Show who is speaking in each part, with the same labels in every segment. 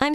Speaker 1: I'm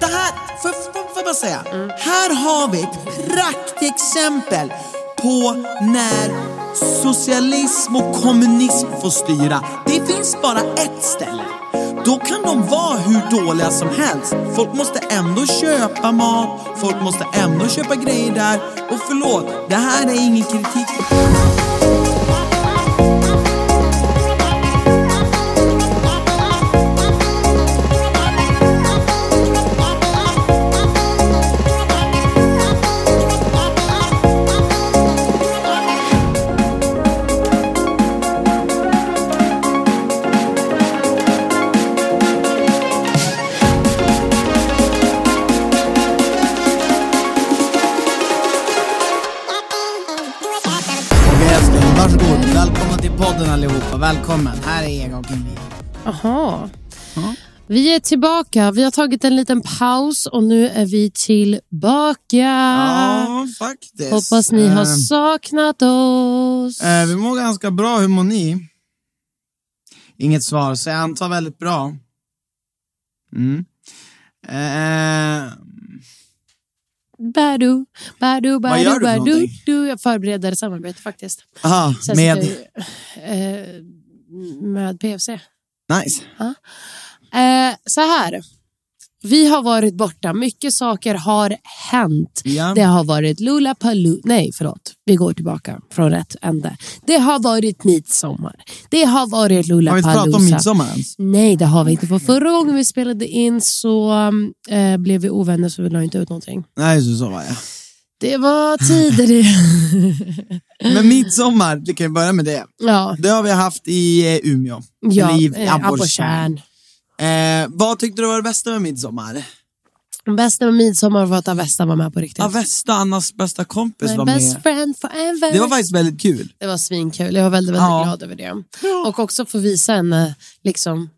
Speaker 2: Det här, får får- får man säga, här har vi ett praktexempel på när socialism och kommunism får styra. Det finns bara ett ställe. Då kan de vara hur dåliga som helst. Folk måste ändå köpa mat, folk måste ändå köpa grejer där. Och förlåt, det här är ingen kritik.
Speaker 3: Okej älskling, varsågod. Välkomna till podden allihopa. Välkommen. Här är Ega och Ingrid.
Speaker 4: Jaha. Vi är tillbaka. Vi har tagit en liten paus och nu är vi tillbaka.
Speaker 3: Ja, faktiskt.
Speaker 4: Hoppas ni har
Speaker 3: Eh,
Speaker 4: saknat oss.
Speaker 3: eh, Vi mår ganska bra. Hur mår ni? Inget svar, så jag antar väldigt bra. Mm. Eh,
Speaker 4: Badu, badu,
Speaker 3: Vad gör
Speaker 4: badu,
Speaker 3: du för
Speaker 4: badu.
Speaker 3: någonting?
Speaker 4: du Jag förbereder ett samarbete faktiskt.
Speaker 3: aha,
Speaker 4: Så jag
Speaker 3: med...
Speaker 4: sitter ju, eh, med PFC.
Speaker 3: Nice.
Speaker 4: Eh, så här. Vi har varit borta. Mycket saker har hänt.
Speaker 3: Ja.
Speaker 4: Det har varit Lollapalooza. Nej, förlåt. Vi går tillbaka från rätt ände. Det har varit midsommar. Det har varit
Speaker 3: Har vi inte
Speaker 4: Lollapalooza.
Speaker 3: pratat om midsommar ens?
Speaker 4: Nej, det har vi inte. För förra gången vi spelade in så eh, blev vi ovänner så vi la inte ut någonting.
Speaker 3: Nej, just det, så var jag.
Speaker 4: Det var tider det. Mm.
Speaker 3: Men midsommar, vi kan ju börja med det.
Speaker 4: ja,
Speaker 3: Det har vi haft i eh, Umeå.
Speaker 4: ja
Speaker 3: Eller i
Speaker 4: eh, abborrtjärn.
Speaker 3: Eh, vad tyckte du var det bästa med midsommar?
Speaker 4: Bästa med midsommar var att Avesta var med på riktigt.
Speaker 3: Avesta, Annas bästa kompis,
Speaker 4: My
Speaker 3: var
Speaker 4: best
Speaker 3: med.
Speaker 4: friend forever.
Speaker 3: Det var faktiskt väldigt kul.
Speaker 4: Det var svinkul. Jag var väldigt, väldigt
Speaker 3: Ja.
Speaker 4: glad över det. Och också få visa henne liksom,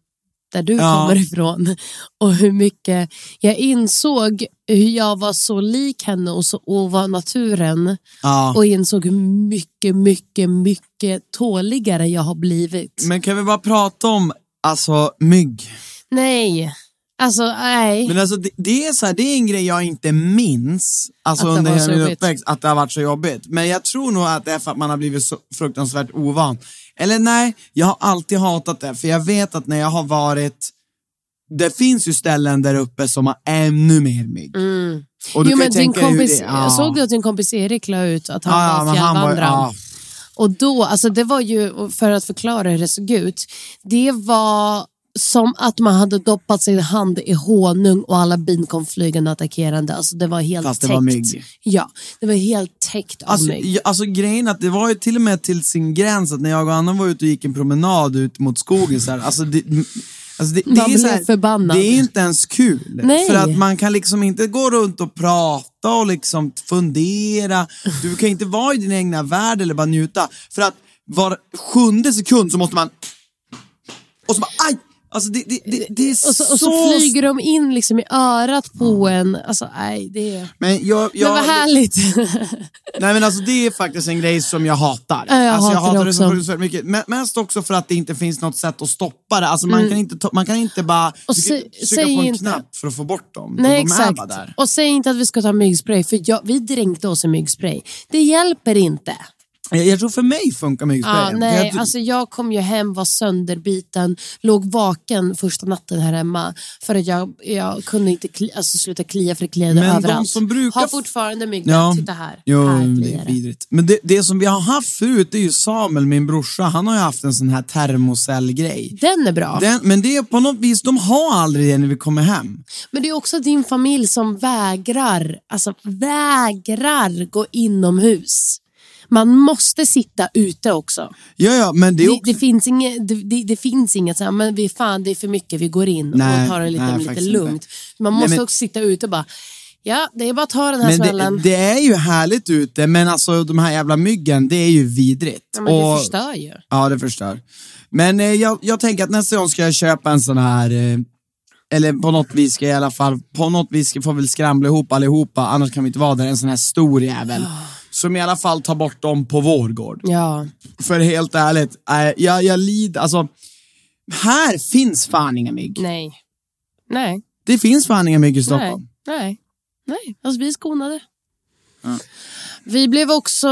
Speaker 4: där du
Speaker 3: Ja.
Speaker 4: kommer ifrån och hur mycket jag insåg hur jag var så lik henne och så ovan naturen
Speaker 3: Ja.
Speaker 4: och insåg hur mycket, mycket, mycket tåligare jag har blivit.
Speaker 3: Men kan vi bara prata om alltså, mygg?
Speaker 4: Nej, alltså nej.
Speaker 3: Men alltså, det, det, är så här, det är en grej jag inte minns alltså,
Speaker 4: Att det
Speaker 3: under
Speaker 4: var så
Speaker 3: hela min
Speaker 4: jobbigt.
Speaker 3: uppväxt, att det har varit så jobbigt. Men jag tror nog att det är för att man har blivit så fruktansvärt ovan. Eller nej, jag har alltid hatat det, för jag vet att när jag har varit det finns ju ställen där uppe som har ännu mer mygg. Och du
Speaker 4: Mm. Jo,
Speaker 3: kan ju
Speaker 4: men din
Speaker 3: tänka hur
Speaker 4: kompis,
Speaker 3: det-
Speaker 4: Jag såg du att din kompis Erik la ut att han
Speaker 3: Ja, ja,
Speaker 4: var
Speaker 3: men han var-
Speaker 4: fjällvandrare?
Speaker 3: ja.
Speaker 4: Och då, alltså det var ju, för att förklara hur det såg ut, det var som att man hade doppat sin hand i honung och alla bin kom flygande attackerande. Alltså det var helt
Speaker 3: Fast det
Speaker 4: täckt.
Speaker 3: var mygg.
Speaker 4: Ja, det var helt täckt av
Speaker 3: Alltså,
Speaker 4: mygg.
Speaker 3: jag, alltså grejen är att det var ju till och med till sin gräns att när jag och Anna var ute och gick en promenad ut mot skogen så här, alltså det, alltså det, det,
Speaker 4: Man
Speaker 3: är så här,
Speaker 4: blev förbannad.
Speaker 3: det är inte ens kul.
Speaker 4: Nej.
Speaker 3: För att man kan liksom inte gå runt och prata och liksom fundera. Du kan inte vara i din egna värld eller bara njuta. För att var sjunde sekund så måste man... Och så bara aj! Alltså det, det, det, det är
Speaker 4: Och så, och så flyger de in liksom i örat på en. Alltså nej, det är...
Speaker 3: Men, jag, jag,
Speaker 4: Men vad härligt.
Speaker 3: Nej men alltså det är faktiskt en grej som jag hatar.
Speaker 4: Ja, jag
Speaker 3: alltså, jag
Speaker 4: hatar det
Speaker 3: hatar det så
Speaker 4: också.
Speaker 3: fruktansvärt mycket. Men, mest också för att det inte finns något sätt att stoppa det. Alltså man, kan, inte ta, man kan inte bara
Speaker 4: Mm. Och
Speaker 3: du kan
Speaker 4: sä-
Speaker 3: trycka
Speaker 4: säg
Speaker 3: på en
Speaker 4: inte-
Speaker 3: knapp för att få bort dem. För
Speaker 4: Nej,
Speaker 3: de är
Speaker 4: exakt.
Speaker 3: bara där.
Speaker 4: Och säg inte att vi ska ta myggspray, för jag, vi dränkte oss i myggspray. Det hjälper inte.
Speaker 3: Jag, jag tror för mig funkar myggsprayen.
Speaker 4: Ja, nej,
Speaker 3: jag,
Speaker 4: alltså jag kom ju hem, var sönderbiten, låg vaken första natten här hemma för att jag, jag kunde inte kli, alltså sluta klia för det kliade
Speaker 3: Men de
Speaker 4: överallt.
Speaker 3: som brukar-
Speaker 4: Har fortfarande myggnät,
Speaker 3: Ja.
Speaker 4: titta här.
Speaker 3: Jo,
Speaker 4: här
Speaker 3: det
Speaker 4: kliar
Speaker 3: är vidrigt. Men det, det som vi har haft förut, det är ju Samuel, min brorsa, han har ju haft en sån här termocellgrej.
Speaker 4: Den är bra.
Speaker 3: Den, men det är på något vis, de har aldrig det när vi kommer hem.
Speaker 4: Men det är också din familj som vägrar, alltså vägrar gå inomhus. Man måste sitta ute också.
Speaker 3: Ja, ja, men det är
Speaker 4: Det,
Speaker 3: också...
Speaker 4: det, finns, inget, det, det, det finns inget så här, men vi, fan det är för mycket, vi går in
Speaker 3: Nej,
Speaker 4: och tar det lite,
Speaker 3: nej,
Speaker 4: lite
Speaker 3: faktiskt
Speaker 4: lugnt.
Speaker 3: inte.
Speaker 4: Man
Speaker 3: Nej,
Speaker 4: måste
Speaker 3: men-
Speaker 4: också sitta ute och bara, ja det är bara att ta den här
Speaker 3: Men
Speaker 4: smällen.
Speaker 3: det, det är ju härligt ute, men alltså de här jävla myggen, det är ju vidrigt.
Speaker 4: ja, men det
Speaker 3: Och-
Speaker 4: förstör ju.
Speaker 3: Ja, det förstör. Men eh, jag, jag tänker att nästa gång ska jag köpa en sån här, eh, eller på något vis ska jag i alla fall, på något vis ska, får vi väl skramla ihop allihopa, annars kan vi inte vara där, en sån här stor jävel.
Speaker 4: Ah.
Speaker 3: Som i alla fall tar bort dem på vår gård.
Speaker 4: Ja.
Speaker 3: För helt ärligt, eh, jag, jag lider, alltså. Här finns fan inga mygg.
Speaker 4: Nej. Nej.
Speaker 3: Det finns fan inga mygg i
Speaker 4: Nej.
Speaker 3: Stockholm.
Speaker 4: Nej. Nej. Alltså vi är skonade. Vi blev också,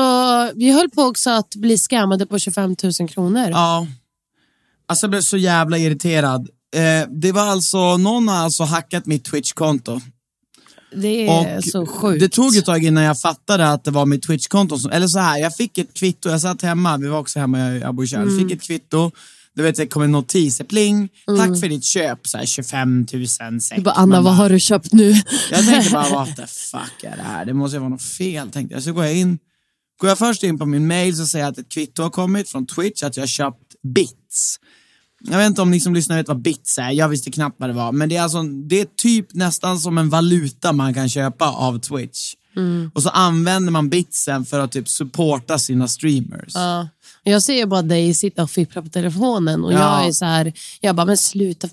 Speaker 4: vi höll på också att bli skammade på 25 000 kronor.
Speaker 3: Ja. Alltså jag blev så jävla irriterad. Eh, det var alltså, någon har alltså hackat mitt Twitch-konto.
Speaker 4: Det är
Speaker 3: Och
Speaker 4: så sjukt.
Speaker 3: Det tog ett tag innan jag fattade att det var mitt Twitch-konto. som- Eller så här, jag fick ett kvitto, jag satt hemma, vi var också hemma jag- jag bor i
Speaker 4: Mm.
Speaker 3: Abbo fick ett kvitto. Du vet, det kom en notis, pling, tack för ditt köp, så här 25 000 säck.
Speaker 4: Mm. Du bara, Anna,
Speaker 3: Man
Speaker 4: vad
Speaker 3: bara-
Speaker 4: har du köpt nu?
Speaker 3: Jag tänkte bara, what the fuck är det här? Det måste ju vara något fel, tänkte jag. Så går jag in, går jag först in på min mail så säger jag att ett kvitto har kommit från Twitch att jag har köpt bits. Jag vet inte om ni som lyssnar vet vad bits är, jag visste knappt vad det var. Men det är, alltså, det är typ nästan som en valuta man kan köpa av Twitch. Och så använder man bitsen för att typ supporta sina streamers.
Speaker 4: Ja. Jag ser ju bara dig sitta och fippla på telefonen och
Speaker 3: Ja.
Speaker 4: jag är så här, jag bara, men sluta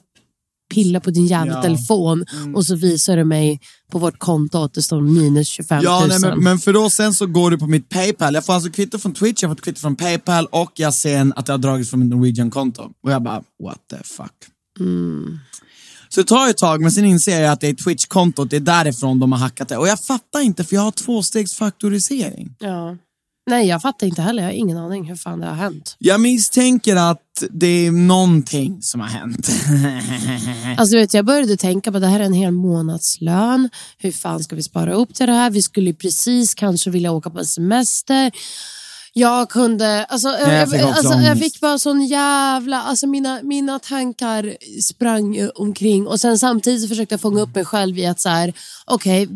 Speaker 4: pilla på din jävla
Speaker 3: Ja. Mm.
Speaker 4: telefon och så visar du mig på vårt konto att det står minus 25 000.
Speaker 3: Ja, nej, men, men för då sen så går det på mitt Paypal. Jag får alltså kvitto från Twitch, jag får ett kvitto från Paypal och jag ser en att jag har dragits från mitt Norwegian-konto. Och jag bara, what the fuck. Så det tar ett tag, men sen inser jag att det är Twitch-kontot, det är därifrån de har hackat det. Och jag fattar inte, för jag har tvåstegsfaktorisering.
Speaker 4: Ja. nej, jag fattar inte heller, jag har ingen aning hur fan det har hänt.
Speaker 3: Jag misstänker att det är någonting som har hänt.
Speaker 4: Alltså, vet, du, jag började tänka på det här är en hel månadslön. Hur fan ska vi spara upp till det här? Vi skulle ju precis kanske vilja åka på en semester. Jag kunde, alltså, jag,
Speaker 3: jag fick också
Speaker 4: alltså, jag
Speaker 3: ångest.
Speaker 4: fick bara sån jävla, alltså mina, mina tankar sprang eh, omkring och sen samtidigt så försökte jag fånga upp mig själv i att så här, okej,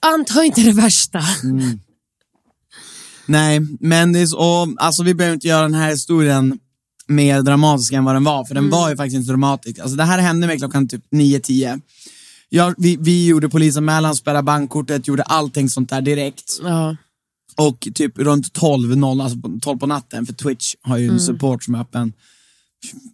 Speaker 4: anta inte det värsta.
Speaker 3: Mm. Nej, men det är så, och, alltså, vi behöver inte göra den här historien mer dramatisk än vad den var, för den var ju faktiskt inte dramatisk. Alltså, det här hände mig klockan typ 9-10. Jag, vi, vi gjorde polisanmälan, spärrade bankkortet, gjorde allting sånt där direkt.
Speaker 4: Ja,
Speaker 3: Och typ runt 12, 0, alltså på- 12 på natten, för Twitch har ju en support som är öppen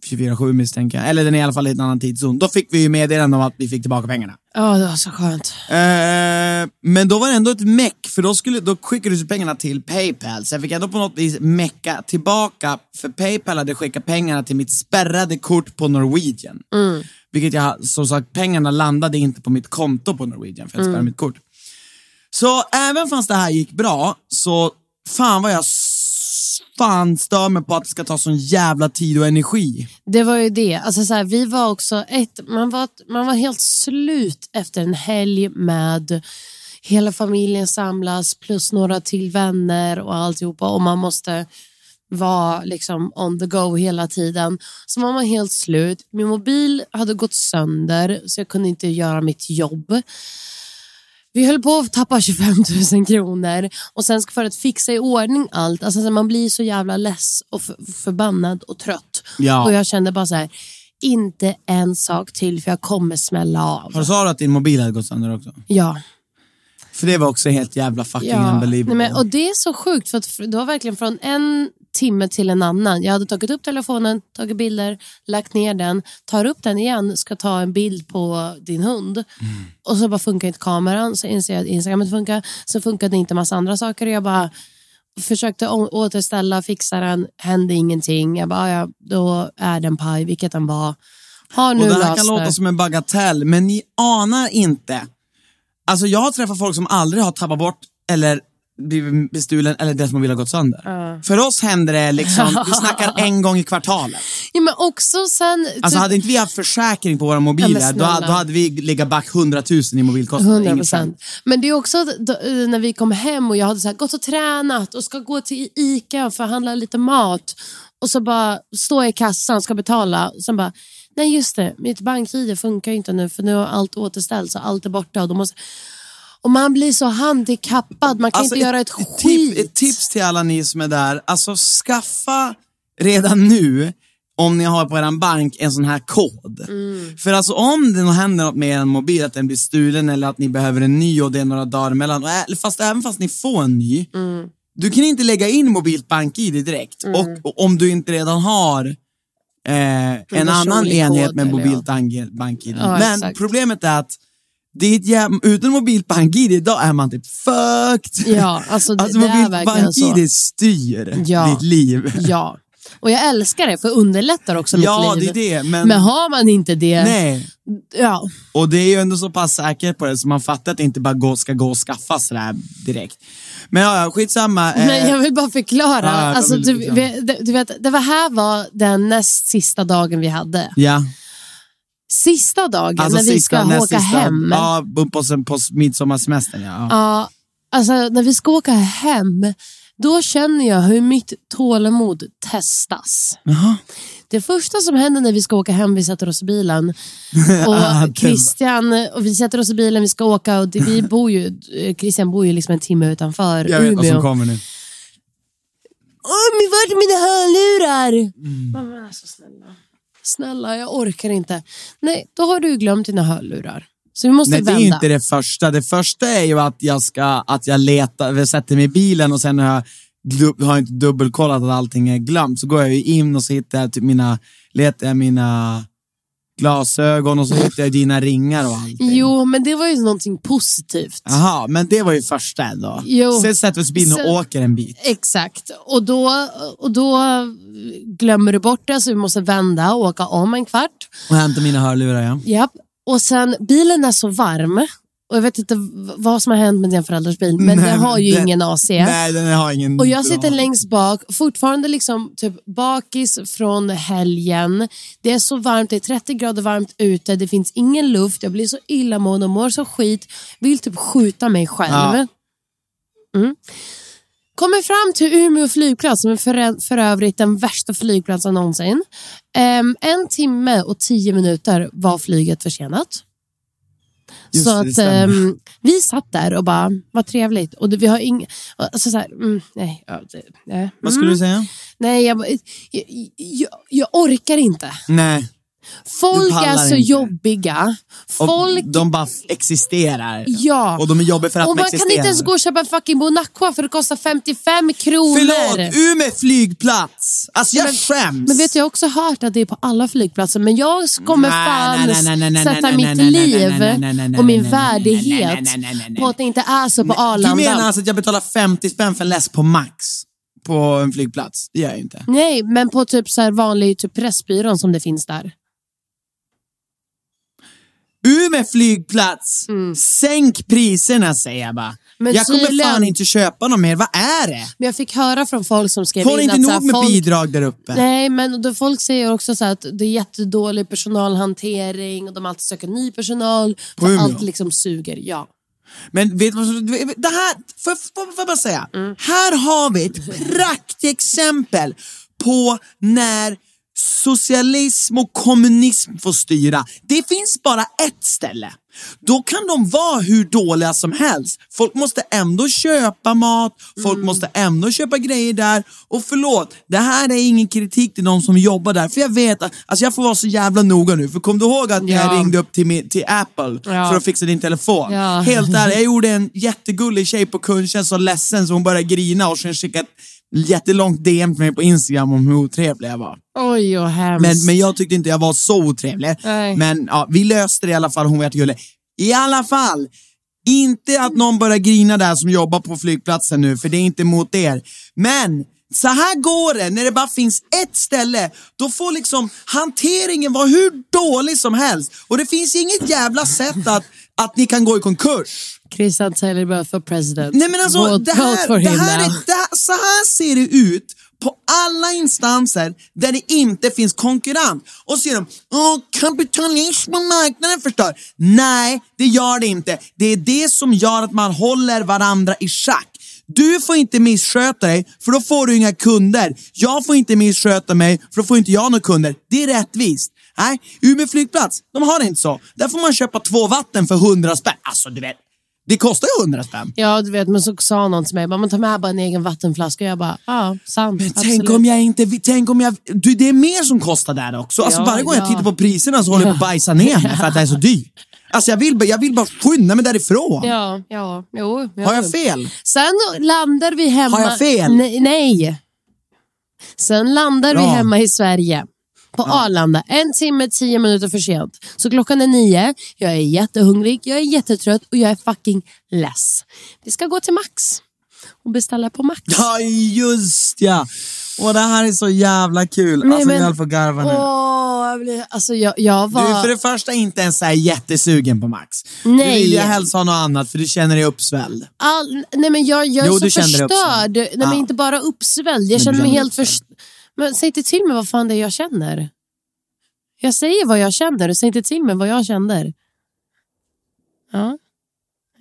Speaker 3: 24-7 misstänker jag. Eller den är i alla fall i en annan tidszon. Då fick vi ju meddelande om att vi fick tillbaka pengarna.
Speaker 4: ja det var så skönt.
Speaker 3: Eh, men då var det ändå ett meck, för då, skulle, då skickades ju pengarna till Paypal. Så jag fick ändå på något vis mecka tillbaka, för Paypal hade skickat pengarna till mitt spärrade kort på Norwegian.
Speaker 4: Mm.
Speaker 3: Vilket jag, som sagt, pengarna landade inte på mitt konto på Norwegian, för jag
Speaker 4: Mm.
Speaker 3: spärrade mitt kort. Så även fast det här gick bra, så fan vad jag s- fan stör mig på att det ska ta sån jävla tid och energi.
Speaker 4: Det var ju det. Alltså så här, vi var också ett, man, var, man var helt slut efter en helg med hela familjen samlas plus några till vänner och alltihopa och man måste vara liksom on the go hela tiden. Så var man helt slut. Min mobil hade gått sönder så jag kunde inte göra mitt jobb. Vi höll på att tappa 25 000 kronor och sen ska- för att fixa i ordning allt, alltså så man blir så jävla less och f- förbannad och trött.
Speaker 3: Ja.
Speaker 4: Och jag kände bara så här, inte en sak till för jag kommer smälla
Speaker 3: Har du
Speaker 4: av.
Speaker 3: sa du att din mobil hade gått sönder också?
Speaker 4: Ja.
Speaker 3: För det var också helt jävla fucking unbelievable.
Speaker 4: Nej, men, och det är så sjukt för att fr- det var verkligen från en timme till en annan. Jag hade tagit upp telefonen, tagit bilder, lagt ner den, tar upp den igen, ska ta en bild på din hund
Speaker 3: Mm.
Speaker 4: och så bara funkar inte kameran, så inser jag att Instagram inte funkar, så funkade inte massa andra saker och jag bara försökte å- återställa, fixa den, hände ingenting. Jag bara, ja, då är den paj, vilket den var. Har nu
Speaker 3: Och det här
Speaker 4: löst
Speaker 3: kan låta som en bagatell, men ni anar inte. Alltså jag har träffat folk som aldrig har tappat bort eller blivit bestulen eller deras mobil har gått sönder. För oss händer det liksom, vi snackar en gång i kvartalet.
Speaker 4: Ja, men också sen...
Speaker 3: Alltså
Speaker 4: typ-
Speaker 3: hade inte vi haft försäkring på våra mobiler,
Speaker 4: Ja, men
Speaker 3: då,
Speaker 4: snälla.
Speaker 3: då hade vi legat back 100 000 i mobilkostnader.
Speaker 4: Hundra
Speaker 3: Inget skämt.
Speaker 4: procent. Men det är också att då, eh, när vi kom hem och jag hade så här, gått och tränat och ska gå till Ica och förhandla lite mat. Och så bara står jag i kassan och ska betala. Och sen bara, nej just det, mitt bank-id funkar ju inte nu för nu har allt återställts och allt är borta. Och, då måste... och man blir så handikappad, man kan
Speaker 3: Alltså,
Speaker 4: inte göra ett,
Speaker 3: ett,
Speaker 4: skit.
Speaker 3: tip, ett tips till alla ni som är där, alltså skaffa redan nu, om ni har på er bank, en sån här kod.
Speaker 4: Mm.
Speaker 3: För alltså om det händer något med er mobil, att den blir stulen eller att ni behöver en ny och det är några dagar emellan, och ä- fast även fast ni får en ny,
Speaker 4: Mm.
Speaker 3: du kan inte lägga in mobilt bank-id direkt. Och, och om du inte redan har eh, en annan
Speaker 4: personlig
Speaker 3: enhet
Speaker 4: kod
Speaker 3: med
Speaker 4: eller
Speaker 3: mobilt bank- bank-id.
Speaker 4: Ja,
Speaker 3: Men
Speaker 4: exakt.
Speaker 3: problemet är att det är ett jäv... utan mobilt bank-id idag är man typ fucked.
Speaker 4: Ja, alltså det- det är
Speaker 3: mobilt
Speaker 4: verkligen
Speaker 3: bank-id styr
Speaker 4: Ja.
Speaker 3: ditt liv.
Speaker 4: Ja. Och jag älskar det, för det underlättar också
Speaker 3: Ja, det
Speaker 4: mitt liv.
Speaker 3: är det. Men,
Speaker 4: Men har man inte det,
Speaker 3: nej.
Speaker 4: ja.
Speaker 3: Och det är ju ändå så pass säkert på det så man fattar att det inte bara gå, ska gå och skaffa sådär direkt. Men ja, ja, skitsamma. Eh,
Speaker 4: Men jag vill bara förklara.
Speaker 3: ja, jag
Speaker 4: alltså,
Speaker 3: vill
Speaker 4: du,
Speaker 3: förklara.
Speaker 4: vi- det- du vet, det var här var den näst sista dagen vi hade.
Speaker 3: Ja,
Speaker 4: Sista dagen
Speaker 3: alltså
Speaker 4: när vi
Speaker 3: sista,
Speaker 4: ska
Speaker 3: näst
Speaker 4: åka
Speaker 3: sista,
Speaker 4: hem. Ja.
Speaker 3: Ja, på, på, på midsommarsemestern ja. ja.
Speaker 4: alltså, när vi ska åka hem, då känner jag hur mitt tålamod testas. Det första som händer när vi ska åka hem, vi sätter oss i bilen. Och Christian, och vi sätter oss i bilen, vi ska åka och det, vi bor ju, Christian bor ju liksom en timme utanför
Speaker 3: Jag vet vad
Speaker 4: Umeå.
Speaker 3: som kommer nu.
Speaker 4: Åh, men vart är mina hörlurar?
Speaker 3: Mm.
Speaker 4: Mamma, men alltså snälla. Snälla, jag orkar inte. Nej, då har du glömt dina hörlurar. Så vi måste
Speaker 3: Nej, det
Speaker 4: vända.
Speaker 3: är ju inte det första. Det första är ju att jag ska, att jag letar, jag sätter mig i bilen och sen har jag, glu- har jag inte dubbelkollat att allting är glömt. Så går jag ju in och så hittar jag typ mina, letar jag mina glasögon och så hittar jag dina ringar och allting.
Speaker 4: Jo, men det var ju någonting positivt.
Speaker 3: Jaha, men det var ju första ändå.
Speaker 4: Jo.
Speaker 3: Sen sätter vi oss i bilen och
Speaker 4: Sen-
Speaker 3: åker en bit.
Speaker 4: Exakt. Och då, och då glömmer du bort det, så vi måste vända och åka om en kvart.
Speaker 3: Och hämtar mina hörlurar ja.
Speaker 4: Japp. Och sen, bilen är så varm. Och jag vet inte v- vad som har hänt med dina föräldrars bil, men
Speaker 3: Nej,
Speaker 4: den har ju
Speaker 3: den-
Speaker 4: ingen AC.
Speaker 3: Nej, den har ingen
Speaker 4: Och jag sitter
Speaker 3: bra.
Speaker 4: längst bak, fortfarande liksom typ bakis från helgen. Det är så varmt, det är 30 grader varmt ute, det finns ingen luft, jag blir så illamående och mår så skit. Vill typ skjuta mig själv.
Speaker 3: Ja.
Speaker 4: Mm. Kommer fram till Umeå flygplats, som är för, för övrigt den värsta flygplatsen någonsin. Ehm, en timme och tio minuter var flyget försenat.
Speaker 3: Just
Speaker 4: så
Speaker 3: det, det
Speaker 4: att
Speaker 3: stämmer.
Speaker 4: ehm, vi satt där och bara, vad trevligt. Och det, vi har ing, alltså så här, mm, nej, ja, det, nej.
Speaker 3: Vad skulle
Speaker 4: mm,
Speaker 3: du säga?
Speaker 4: Nej, jag, bara- jag, jag, jag orkar inte.
Speaker 3: Nej,
Speaker 4: Folk
Speaker 3: pallar
Speaker 4: är så
Speaker 3: inte.
Speaker 4: jobbiga.
Speaker 3: och
Speaker 4: Folk,
Speaker 3: de bara f- existerar.
Speaker 4: ja.
Speaker 3: Och de är jobbiga för att
Speaker 4: Och
Speaker 3: de
Speaker 4: man kan
Speaker 3: existerar.
Speaker 4: inte ens gå och köpa en fucking bonacqua för det kostar 55 kronor.
Speaker 3: Förlåt, Umeå flygplats! Alltså jag skäms!
Speaker 4: Men vet du, jag har också hört att det är på alla flygplatser, men jag kommer
Speaker 3: Nej,
Speaker 4: fan
Speaker 3: nej, nej, nej, nej,
Speaker 4: sätta
Speaker 3: nej, nej,
Speaker 4: mitt
Speaker 3: nej, nej,
Speaker 4: liv
Speaker 3: nej, nej, nej, nej, nej,
Speaker 4: och min
Speaker 3: nej, nej, nej, nej,
Speaker 4: värdighet
Speaker 3: nej, nej, nej, nej.
Speaker 4: på att det inte är så på
Speaker 3: Du menar
Speaker 4: Arlanda.
Speaker 3: alltså att jag betalar 50 spänn för en läsk på Max på en flygplats? Det gör jag ju inte.
Speaker 4: Nej, men på typ så här vanlig typ Pressbyrån som det finns där.
Speaker 3: Umeå flygplats! Sänk priserna säger jag bara.
Speaker 4: Mm. Men
Speaker 3: jag kommer
Speaker 4: tydligen-
Speaker 3: fan inte köpa någon mer, vad är det?
Speaker 4: Men jag fick höra från folk som skrev
Speaker 3: Får
Speaker 4: in
Speaker 3: inte
Speaker 4: att så här,
Speaker 3: nog med
Speaker 4: folk...
Speaker 3: bidrag där uppe?
Speaker 4: Nej, men då folk säger också så här att det är jättedålig personalhantering och de alltid söker ny personal.
Speaker 3: På
Speaker 4: För
Speaker 3: Umeå?
Speaker 4: allt liksom suger, ja.
Speaker 3: Men vet du vad som... Det här, får får- får jag bara säga?
Speaker 4: Mm.
Speaker 3: Här har vi ett praktexempel på när socialism och kommunism får styra. Det finns bara ett ställe. Då kan de vara hur dåliga som helst. Folk måste ändå köpa mat, folk
Speaker 4: Mm.
Speaker 3: måste ändå köpa grejer där. Och förlåt, det här är ingen kritik till de som jobbar där. För jag vet att, alltså jag får vara så jävla noga nu. För kom du ihåg att när jag
Speaker 4: Ja.
Speaker 3: ringde upp till, min, till Apple
Speaker 4: Ja.
Speaker 3: för att fixa din telefon?
Speaker 4: Ja.
Speaker 3: Helt ärligt, jag gjorde en jättegullig tjej på kundtjänst som var ledsen så hon började grina och sen skickade ett jättelångt DM till mig på Instagram om hur otrevlig jag var.
Speaker 4: Oj, vad hemskt.
Speaker 3: Men, men jag tyckte inte jag var så otrevlig.
Speaker 4: Nej.
Speaker 3: Men ja, vi löste det i alla fall, hon var jättegullig. I alla fall, inte att någon börjar grina där som jobbar på flygplatsen nu, för det är inte mot er. Men så här går det när det bara finns ett ställe. Då får liksom hanteringen vara hur dålig som helst. Och det finns inget jävla sätt att att ni kan gå i konkurs.
Speaker 4: Christian Taylor bara för president.
Speaker 3: Nej men alltså,
Speaker 4: vote,
Speaker 3: det
Speaker 4: vote
Speaker 3: här,
Speaker 4: for
Speaker 3: det
Speaker 4: him
Speaker 3: här
Speaker 4: now.
Speaker 3: är, det här, så här ser det ut på alla instanser där det inte finns konkurrens. Och så säger de, Åh, kapitalism och marknaden förstör. Nej, det gör det inte. Det är det som gör att man håller varandra i schack. Du får inte missköta dig, för då får du inga kunder. Jag får inte missköta mig, för då får inte jag några kunder. Det är rättvist. Nej, Umeå flygplats, de har det inte så. Där får man köpa två vatten för 100 spänn. Alltså, du vet, det kostar ju 100 spänn.
Speaker 4: Ja, du vet, men så sa någon till mig, bara, man tar med bara en egen vattenflaska. Och jag bara, ja, sant.
Speaker 3: Men
Speaker 4: absolut.
Speaker 3: tänk om jag inte... Tänk om jag, du, det är mer som kostar där också. Alltså
Speaker 4: Ja,
Speaker 3: varje gång
Speaker 4: ja.
Speaker 3: jag tittar på priserna så håller jag på att bajsa ner mig för att det är så dyrt. Alltså jag vill, bara- jag vill bara skynda mig därifrån.
Speaker 4: Ja, ja, jo.
Speaker 3: Har jag fel?
Speaker 4: Sen landar vi hemma...
Speaker 3: Har jag fel?
Speaker 4: Nej. nej. Sen landar vi
Speaker 3: Bra.
Speaker 4: hemma i Sverige. På Arlanda, en timme, tio minuter för sent. Så klockan är nio, jag är jättehungrig, jag är jättetrött och jag är fucking less. Vi ska gå till Max och beställa på Max.
Speaker 3: Ja, just ja. Och det här är så jävla kul.
Speaker 4: Nej,
Speaker 3: alltså
Speaker 4: men-
Speaker 3: jag höll på att garva nu.
Speaker 4: Åh, jag blir... Alltså jag, jag
Speaker 3: Du
Speaker 4: var...
Speaker 3: är för det första inte ens så här jättesugen på Max. Du
Speaker 4: Nej.
Speaker 3: vill ju helst ha något annat för du känner dig uppsvälld.
Speaker 4: all, nej men jag, jag är
Speaker 3: Jo,
Speaker 4: så
Speaker 3: du kände dig
Speaker 4: förstörd.
Speaker 3: uppsvälld.
Speaker 4: Nej, men
Speaker 3: Ja.
Speaker 4: inte bara uppsvälld. Jag
Speaker 3: du
Speaker 4: känner mig
Speaker 3: kände dig
Speaker 4: helt förstörd. Men säg inte till mig vad fan det är jag känner. Jag säger vad jag känner och säg inte till mig vad jag känner. Ja,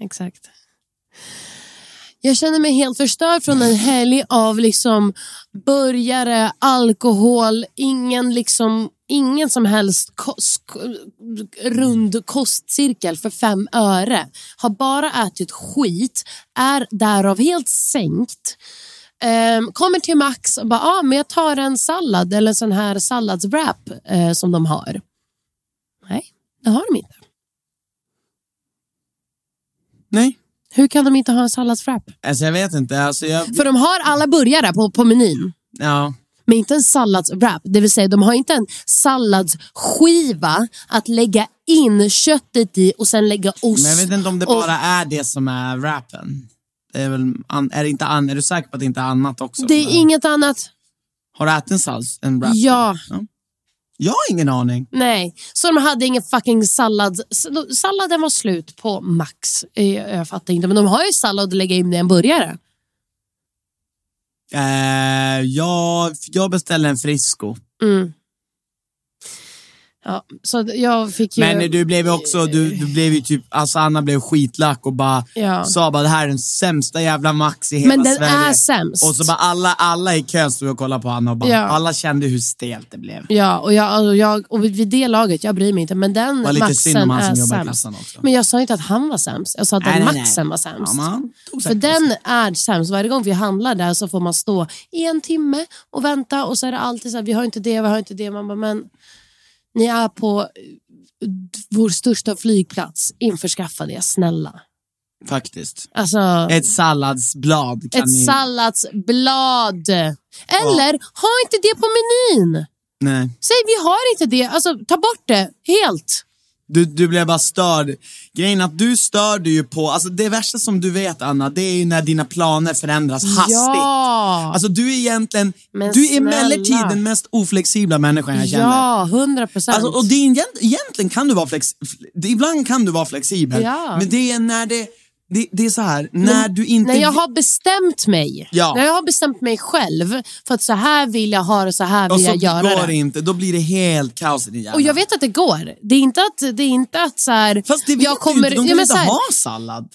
Speaker 4: exakt. Jag känner mig helt förstörd från en helg av liksom burgare, alkohol, ingen liksom ingen som helst kost, rund kostcirkel för fem öre. Har bara ätit skit, är därav helt sänkt. Ehm, kommer till Max och bara, ah, men jag tar en sallad eller en sån här salladswrap eh, som de har. Nej, det har de inte.
Speaker 3: Nej.
Speaker 4: Hur kan de inte ha en salladswrap?
Speaker 3: Alltså jag vet inte. Alltså, jag,
Speaker 4: För de har alla burgare på, på menyn.
Speaker 3: ja.
Speaker 4: men inte en salladswrap. Det vill säga, de har inte en salladsskiva att lägga in köttet i och sen lägga ost.
Speaker 3: Men jag vet inte om det
Speaker 4: och-
Speaker 3: bara är det som är rappen. Det är, väl, an, är, det inte an, är du säker på att det inte är annat också?
Speaker 4: Det är inget annat.
Speaker 3: Har du ätit en, sals, en wrap?
Speaker 4: Ja.
Speaker 3: Jag har ingen aning.
Speaker 4: Nej, så de hade ingen fucking sallad. S- Salladen var slut på max. Eh, Jag fattar inte, men de har ju sallad att lägga in i en burgare.
Speaker 3: Eh, jag, jag beställde en frisco.
Speaker 4: Mm. Ja, så att jag fick ju...
Speaker 3: Men du blev ju också, du, du blev ju typ, alltså Anna blev skitlack och bara
Speaker 4: Ja.
Speaker 3: sa bara det här är den sämsta jävla Max i hela
Speaker 4: Men den
Speaker 3: Sverige.
Speaker 4: är sämst.
Speaker 3: Och så bara alla, alla i kön stod och kollade på Anna och bara,
Speaker 4: Ja.
Speaker 3: alla kände hur stelt det blev.
Speaker 4: Ja, och, jag, och, jag, och vid det laget, jag bryr mig inte. Men den
Speaker 3: Var lite
Speaker 4: maxen
Speaker 3: synd om han som
Speaker 4: är
Speaker 3: jobbar i
Speaker 4: sämst.
Speaker 3: klassen också.
Speaker 4: Men jag sa inte att han var sämst. Jag sa att den
Speaker 3: Nej, nej, nej.
Speaker 4: maxen var sämst.
Speaker 3: Ja, men han tog
Speaker 4: För
Speaker 3: säkert
Speaker 4: den är sämst. Varje gång vi handlar där så får man stå i en timme och vänta och så är det alltid så här, vi har inte det, vi har inte det. Man bara, men ni är på eh, vår största flygplats. Införskaffa det, snälla.
Speaker 3: Faktiskt.
Speaker 4: Alltså,
Speaker 3: Ett salladsblad kan
Speaker 4: ett
Speaker 3: ni...
Speaker 4: salladsblad. Eller, ha inte det på menyn.
Speaker 3: Nej.
Speaker 4: Säg, vi har inte det. Alltså, ta bort det helt.
Speaker 3: Du, du blev bara störd. Grejen är att du störde ju på, alltså det värsta som du vet Anna, det är ju när dina planer förändras hastigt.
Speaker 4: Ja.
Speaker 3: Alltså du är egentligen,
Speaker 4: Men
Speaker 3: du är
Speaker 4: snälla.
Speaker 3: emellertid den mest oflexibla människan jag känner.
Speaker 4: Ja, hundra procent.
Speaker 3: Alltså, och det är, egent- egentligen kan du vara flex, fl- ibland kan du vara flexibel,
Speaker 4: Ja.
Speaker 3: men det är när det, det, det är så här, när du inte...
Speaker 4: När jag
Speaker 3: vi-
Speaker 4: har bestämt mig.
Speaker 3: Ja.
Speaker 4: När jag har bestämt mig själv för att så här vill jag ha det, så här
Speaker 3: och
Speaker 4: vill
Speaker 3: så
Speaker 4: jag göra
Speaker 3: går det
Speaker 4: det.
Speaker 3: inte, då blir det helt kaos i din hjärna.
Speaker 4: Och jag vet att det går. Det är inte att, det är inte att så här,
Speaker 3: Fast det vet
Speaker 4: jag kommer...
Speaker 3: du inte, de
Speaker 4: ja,
Speaker 3: vill
Speaker 4: men
Speaker 3: inte
Speaker 4: så här,
Speaker 3: ha sallad.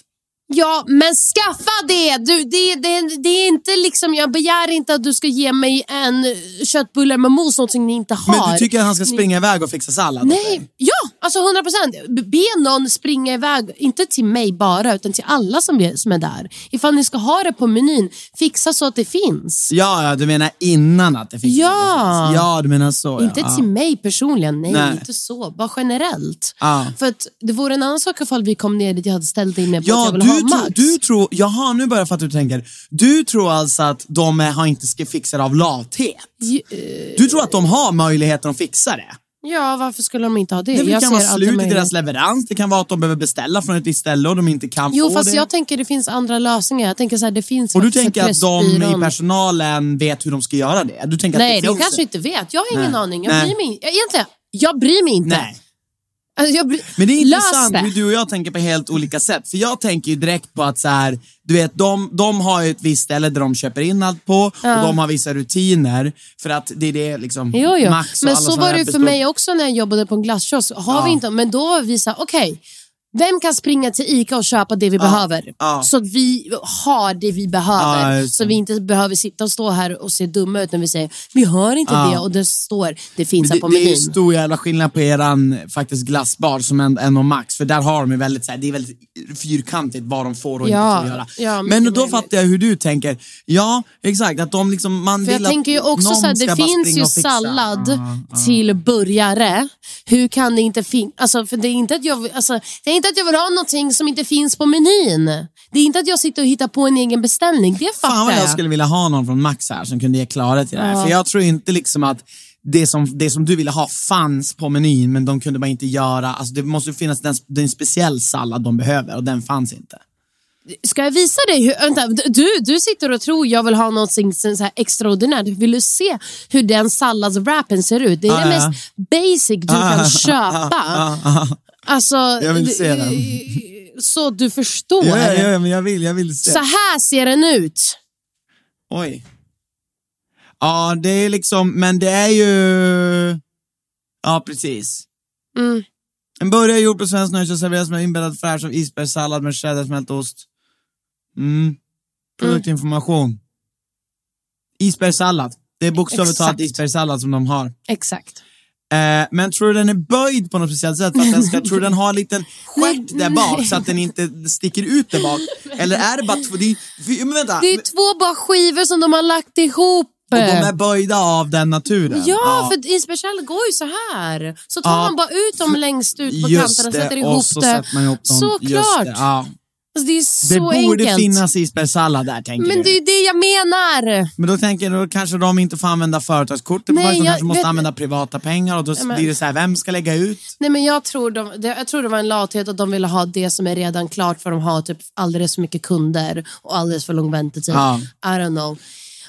Speaker 4: Ja, men skaffa det! Du, det, det! Det är inte liksom, jag begär inte att du ska ge mig en köttbulle med mos, något som ni inte har.
Speaker 3: Men du tycker att han ska springa iväg och fixa sallad?
Speaker 4: Nej, ja, alltså 100 procent. Be någon springa iväg, inte till mig bara, utan till alla som är, som är där. Ifall ni ska ha det på menyn, fixa så att det finns.
Speaker 3: Ja, ja, du menar innan att det finns.
Speaker 4: Ja.
Speaker 3: ja du menar så.
Speaker 4: Inte
Speaker 3: ja.
Speaker 4: till mig personligen, nej,
Speaker 3: Ah. Nej. Ah.
Speaker 4: inte så. Bara generellt.
Speaker 3: Ja.
Speaker 4: För att det vore en annan sak ifall vi kom ner dit jag hade ställt in mig på att
Speaker 3: Ja,
Speaker 4: jag
Speaker 3: du,
Speaker 4: vill ha
Speaker 3: tro,
Speaker 4: Max.
Speaker 3: du tror, jaha nu börjar jag fatta hur du tänker. Du tror alltså att de är, har inte ska fixa det av lathet?
Speaker 4: Ju- eh,
Speaker 3: Du tror att de har möjligheten att fixa det?
Speaker 4: Ja, varför skulle de inte ha det?
Speaker 3: Det
Speaker 4: Jag
Speaker 3: kan
Speaker 4: ser
Speaker 3: vara
Speaker 4: alltid
Speaker 3: slut i
Speaker 4: möjlighet.
Speaker 3: deras leverans, det kan vara att de behöver beställa från ett visst ställe och de inte kan
Speaker 4: Jo,
Speaker 3: få
Speaker 4: fast
Speaker 3: det.
Speaker 4: jag tänker det finns andra lösningar. Jag tänker så här, det finns
Speaker 3: och du
Speaker 4: faktiskt
Speaker 3: tänker
Speaker 4: ett
Speaker 3: att de i
Speaker 4: Pressbyrån.
Speaker 3: personalen vet hur de ska göra det? Du tänker
Speaker 4: Nej,
Speaker 3: att det
Speaker 4: de
Speaker 3: finns
Speaker 4: kanske inte vet. Jag har ingen
Speaker 3: Nej.
Speaker 4: aning. Jag
Speaker 3: Nej.
Speaker 4: bryr mig, in- egentligen, jag bryr mig inte.
Speaker 3: Nej.
Speaker 4: Alltså, jag blir-
Speaker 3: Men det är
Speaker 4: Lös
Speaker 3: intressant
Speaker 4: det.
Speaker 3: hur du och jag tänker på helt olika sätt. För jag tänker ju direkt på att så här, du vet, de, de har ju ett visst ställe där de köper in allt på och de har vissa rutiner. För att det är det liksom
Speaker 4: Jo, jo.
Speaker 3: Max och
Speaker 4: Men
Speaker 3: alla
Speaker 4: så
Speaker 3: såna
Speaker 4: var
Speaker 3: här
Speaker 4: det ju för
Speaker 3: består-
Speaker 4: mig också när jag jobbade på en glasskiosk. Har vi inte, men då var vi så här, okej, vem kan springa till ICA och köpa det vi behöver?
Speaker 3: Ja.
Speaker 4: Så att vi har det vi behöver.
Speaker 3: Ja, just
Speaker 4: så vi inte behöver sitta och stå här och se dumma ut när vi säger, vi har inte det och det står, det finns här
Speaker 3: Det,
Speaker 4: på
Speaker 3: det är ju
Speaker 4: menyn.
Speaker 3: stor jävla skillnad på eran faktiskt glassbar som en, en och Max, för där har de ju väldigt, så här, det är väldigt fyrkantigt vad de får och
Speaker 4: Ja,
Speaker 3: inte får göra.
Speaker 4: ja, men
Speaker 3: men
Speaker 4: det
Speaker 3: då
Speaker 4: menar jag.
Speaker 3: fattar jag hur du tänker. Ja, exakt, att de liksom, man
Speaker 4: För
Speaker 3: vill
Speaker 4: jag tänker ju
Speaker 3: att
Speaker 4: också
Speaker 3: någon
Speaker 4: så här,
Speaker 3: ska bara
Speaker 4: det finns
Speaker 3: springa
Speaker 4: ju
Speaker 3: och fixa.
Speaker 4: sallad till burgare. Hur kan det inte finnas? Alltså, för det, är inte att jag, vill- alltså, det är inte att jag vill ha någonting som inte finns på menyn. Det är inte att jag sitter och hittar på en egen beställning. Det
Speaker 3: Fan
Speaker 4: fattar
Speaker 3: vad
Speaker 4: jag.
Speaker 3: jag skulle vilja ha någon från Max här som kunde ge klarhet i det här. För jag tror inte liksom att det som, det som du ville ha fanns på menyn men de kunde bara inte göra, alltså det måste ju finnas den, den speciell sallad de behöver och den fanns inte.
Speaker 4: Ska jag visa dig? Hur, vänta, du, du sitter och tror jag vill ha någonting så här extraordinärt. Vill du se hur den salladswrappen ser ut? Det är det
Speaker 3: ja.
Speaker 4: mest basic du kan köpa. Alltså,
Speaker 3: Jag vill se den.
Speaker 4: Så att du förstår.
Speaker 3: Ja, ja, ja, men jag vill, jag vill se.
Speaker 4: Så här ser den ut.
Speaker 3: Oj. Ja, det är liksom, men det är ju... Ja, precis.
Speaker 4: Mm.
Speaker 3: En burgare gjord på svenskt nötkött serveras med inbäddad fräsch av isbergssallad med cheddarsmält ost. Mm. Produktinformation. Isbergssallad. Det är bokstavligt talat
Speaker 4: Exakt.
Speaker 3: isbergssallad som de har.
Speaker 4: Exakt.
Speaker 3: Eh, men tror du den är böjd på något speciellt sätt? För att den ska, tror du den har en liten stjärt där bak så att den inte sticker ut där bak? Eller är det bara två... Det är, för, Ah, men vänta.
Speaker 4: Det är två bara skivor som de har lagt ihop.
Speaker 3: Och de är böjda av den naturen.
Speaker 4: Ja, för isbergssallad går ju så här. Så tar
Speaker 3: Ja.
Speaker 4: man bara ut dem längst ut på
Speaker 3: Just
Speaker 4: kanterna,
Speaker 3: det,
Speaker 4: sätter ihop
Speaker 3: och så
Speaker 4: det.
Speaker 3: sätter man ihop dem. Just
Speaker 4: Såklart!
Speaker 3: det, ja.
Speaker 4: Alltså, det är så
Speaker 3: det borde
Speaker 4: enkelt.
Speaker 3: finnas isbergssallad där tänker
Speaker 4: Men det
Speaker 3: du.
Speaker 4: är ju det jag menar.
Speaker 3: Men då tänker du, då kanske de inte får använda företagskortet,
Speaker 4: Nej,
Speaker 3: Nej, de
Speaker 4: jag
Speaker 3: kanske måste
Speaker 4: vet-
Speaker 3: använda privata pengar och då
Speaker 4: men-
Speaker 3: blir det så här, vem ska lägga ut?
Speaker 4: Nej, men jag, tror de, det, jag tror det var en lathet att de ville ha det som är redan klart för de har typ alldeles för mycket kunder och alldeles för lång väntetid.
Speaker 3: Ja.
Speaker 4: I don't know.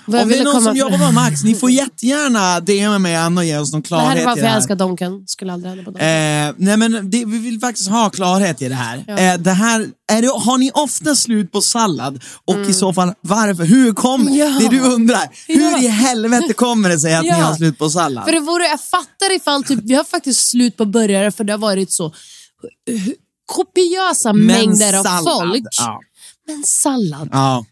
Speaker 4: Vad jag
Speaker 3: Om det är
Speaker 4: ville
Speaker 3: någon
Speaker 4: komma-
Speaker 3: som jobbar med Max, ni får jättegärna DMa mig Anna och ge oss någon
Speaker 4: Det här
Speaker 3: klarhet
Speaker 4: är
Speaker 3: i
Speaker 4: varför
Speaker 3: det
Speaker 4: jag
Speaker 3: här.
Speaker 4: älskar Donken. Skulle aldrig hända på Donken.
Speaker 3: Eh, nej men det, vi vill faktiskt ha klarhet i det här. Eh, det här är det, har ni ofta slut på sallad? Och i så fall varför? Hur kommer
Speaker 4: Mm. Ja.
Speaker 3: det? du undrar. Hur
Speaker 4: Ja.
Speaker 3: i helvete kommer det sig att
Speaker 4: Ja.
Speaker 3: ni har slut på sallad?
Speaker 4: För det vore, jag fattar ifall typ, vi har faktiskt slut på burgare för det har varit så eh, kopiösa mängder av folk.
Speaker 3: Ja.
Speaker 4: Men sallad.
Speaker 3: ja.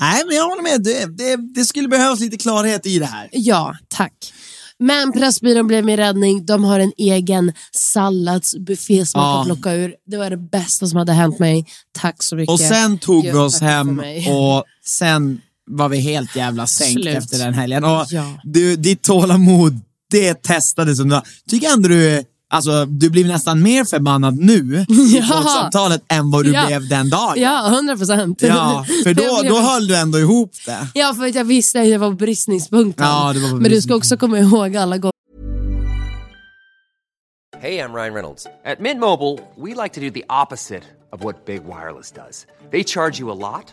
Speaker 3: Nej men jag håller med, det, det, det skulle behövas lite klarhet i det här.
Speaker 4: Ja, tack. Men Pressbyrån blev min räddning. De har en egen salladsbuffé som man
Speaker 3: Ja.
Speaker 4: kan plocka ur. Det var det bästa som hade hänt mig. Tack så mycket.
Speaker 3: Och sen tog vi
Speaker 4: Gud,
Speaker 3: oss
Speaker 4: tack för
Speaker 3: hem
Speaker 4: mig.
Speaker 3: och sen var vi helt jävla sänkt
Speaker 4: Slut.
Speaker 3: efter den helgen. Och
Speaker 4: Ja.
Speaker 3: du, ditt tålamod, det testades. som du har. Tycker ändå du, alltså du blir nästan mer förbannad nu i
Speaker 4: Ja.
Speaker 3: samtalet än vad du
Speaker 4: Ja.
Speaker 3: blev den dagen.
Speaker 4: Ja, hundra procent.
Speaker 3: Ja, för då, då höll du ändå ihop det.
Speaker 4: Ja, för att jag visste att jag var på bristningspunkten.
Speaker 3: Ja, det var på
Speaker 4: Men du ska
Speaker 3: bristningspunkten.
Speaker 4: också komma ihåg alla gånger
Speaker 5: Hey, I'm Ryan Reynolds. At Mint Mobile, we like to do the opposite of what Big Wireless does. They charge you a lot,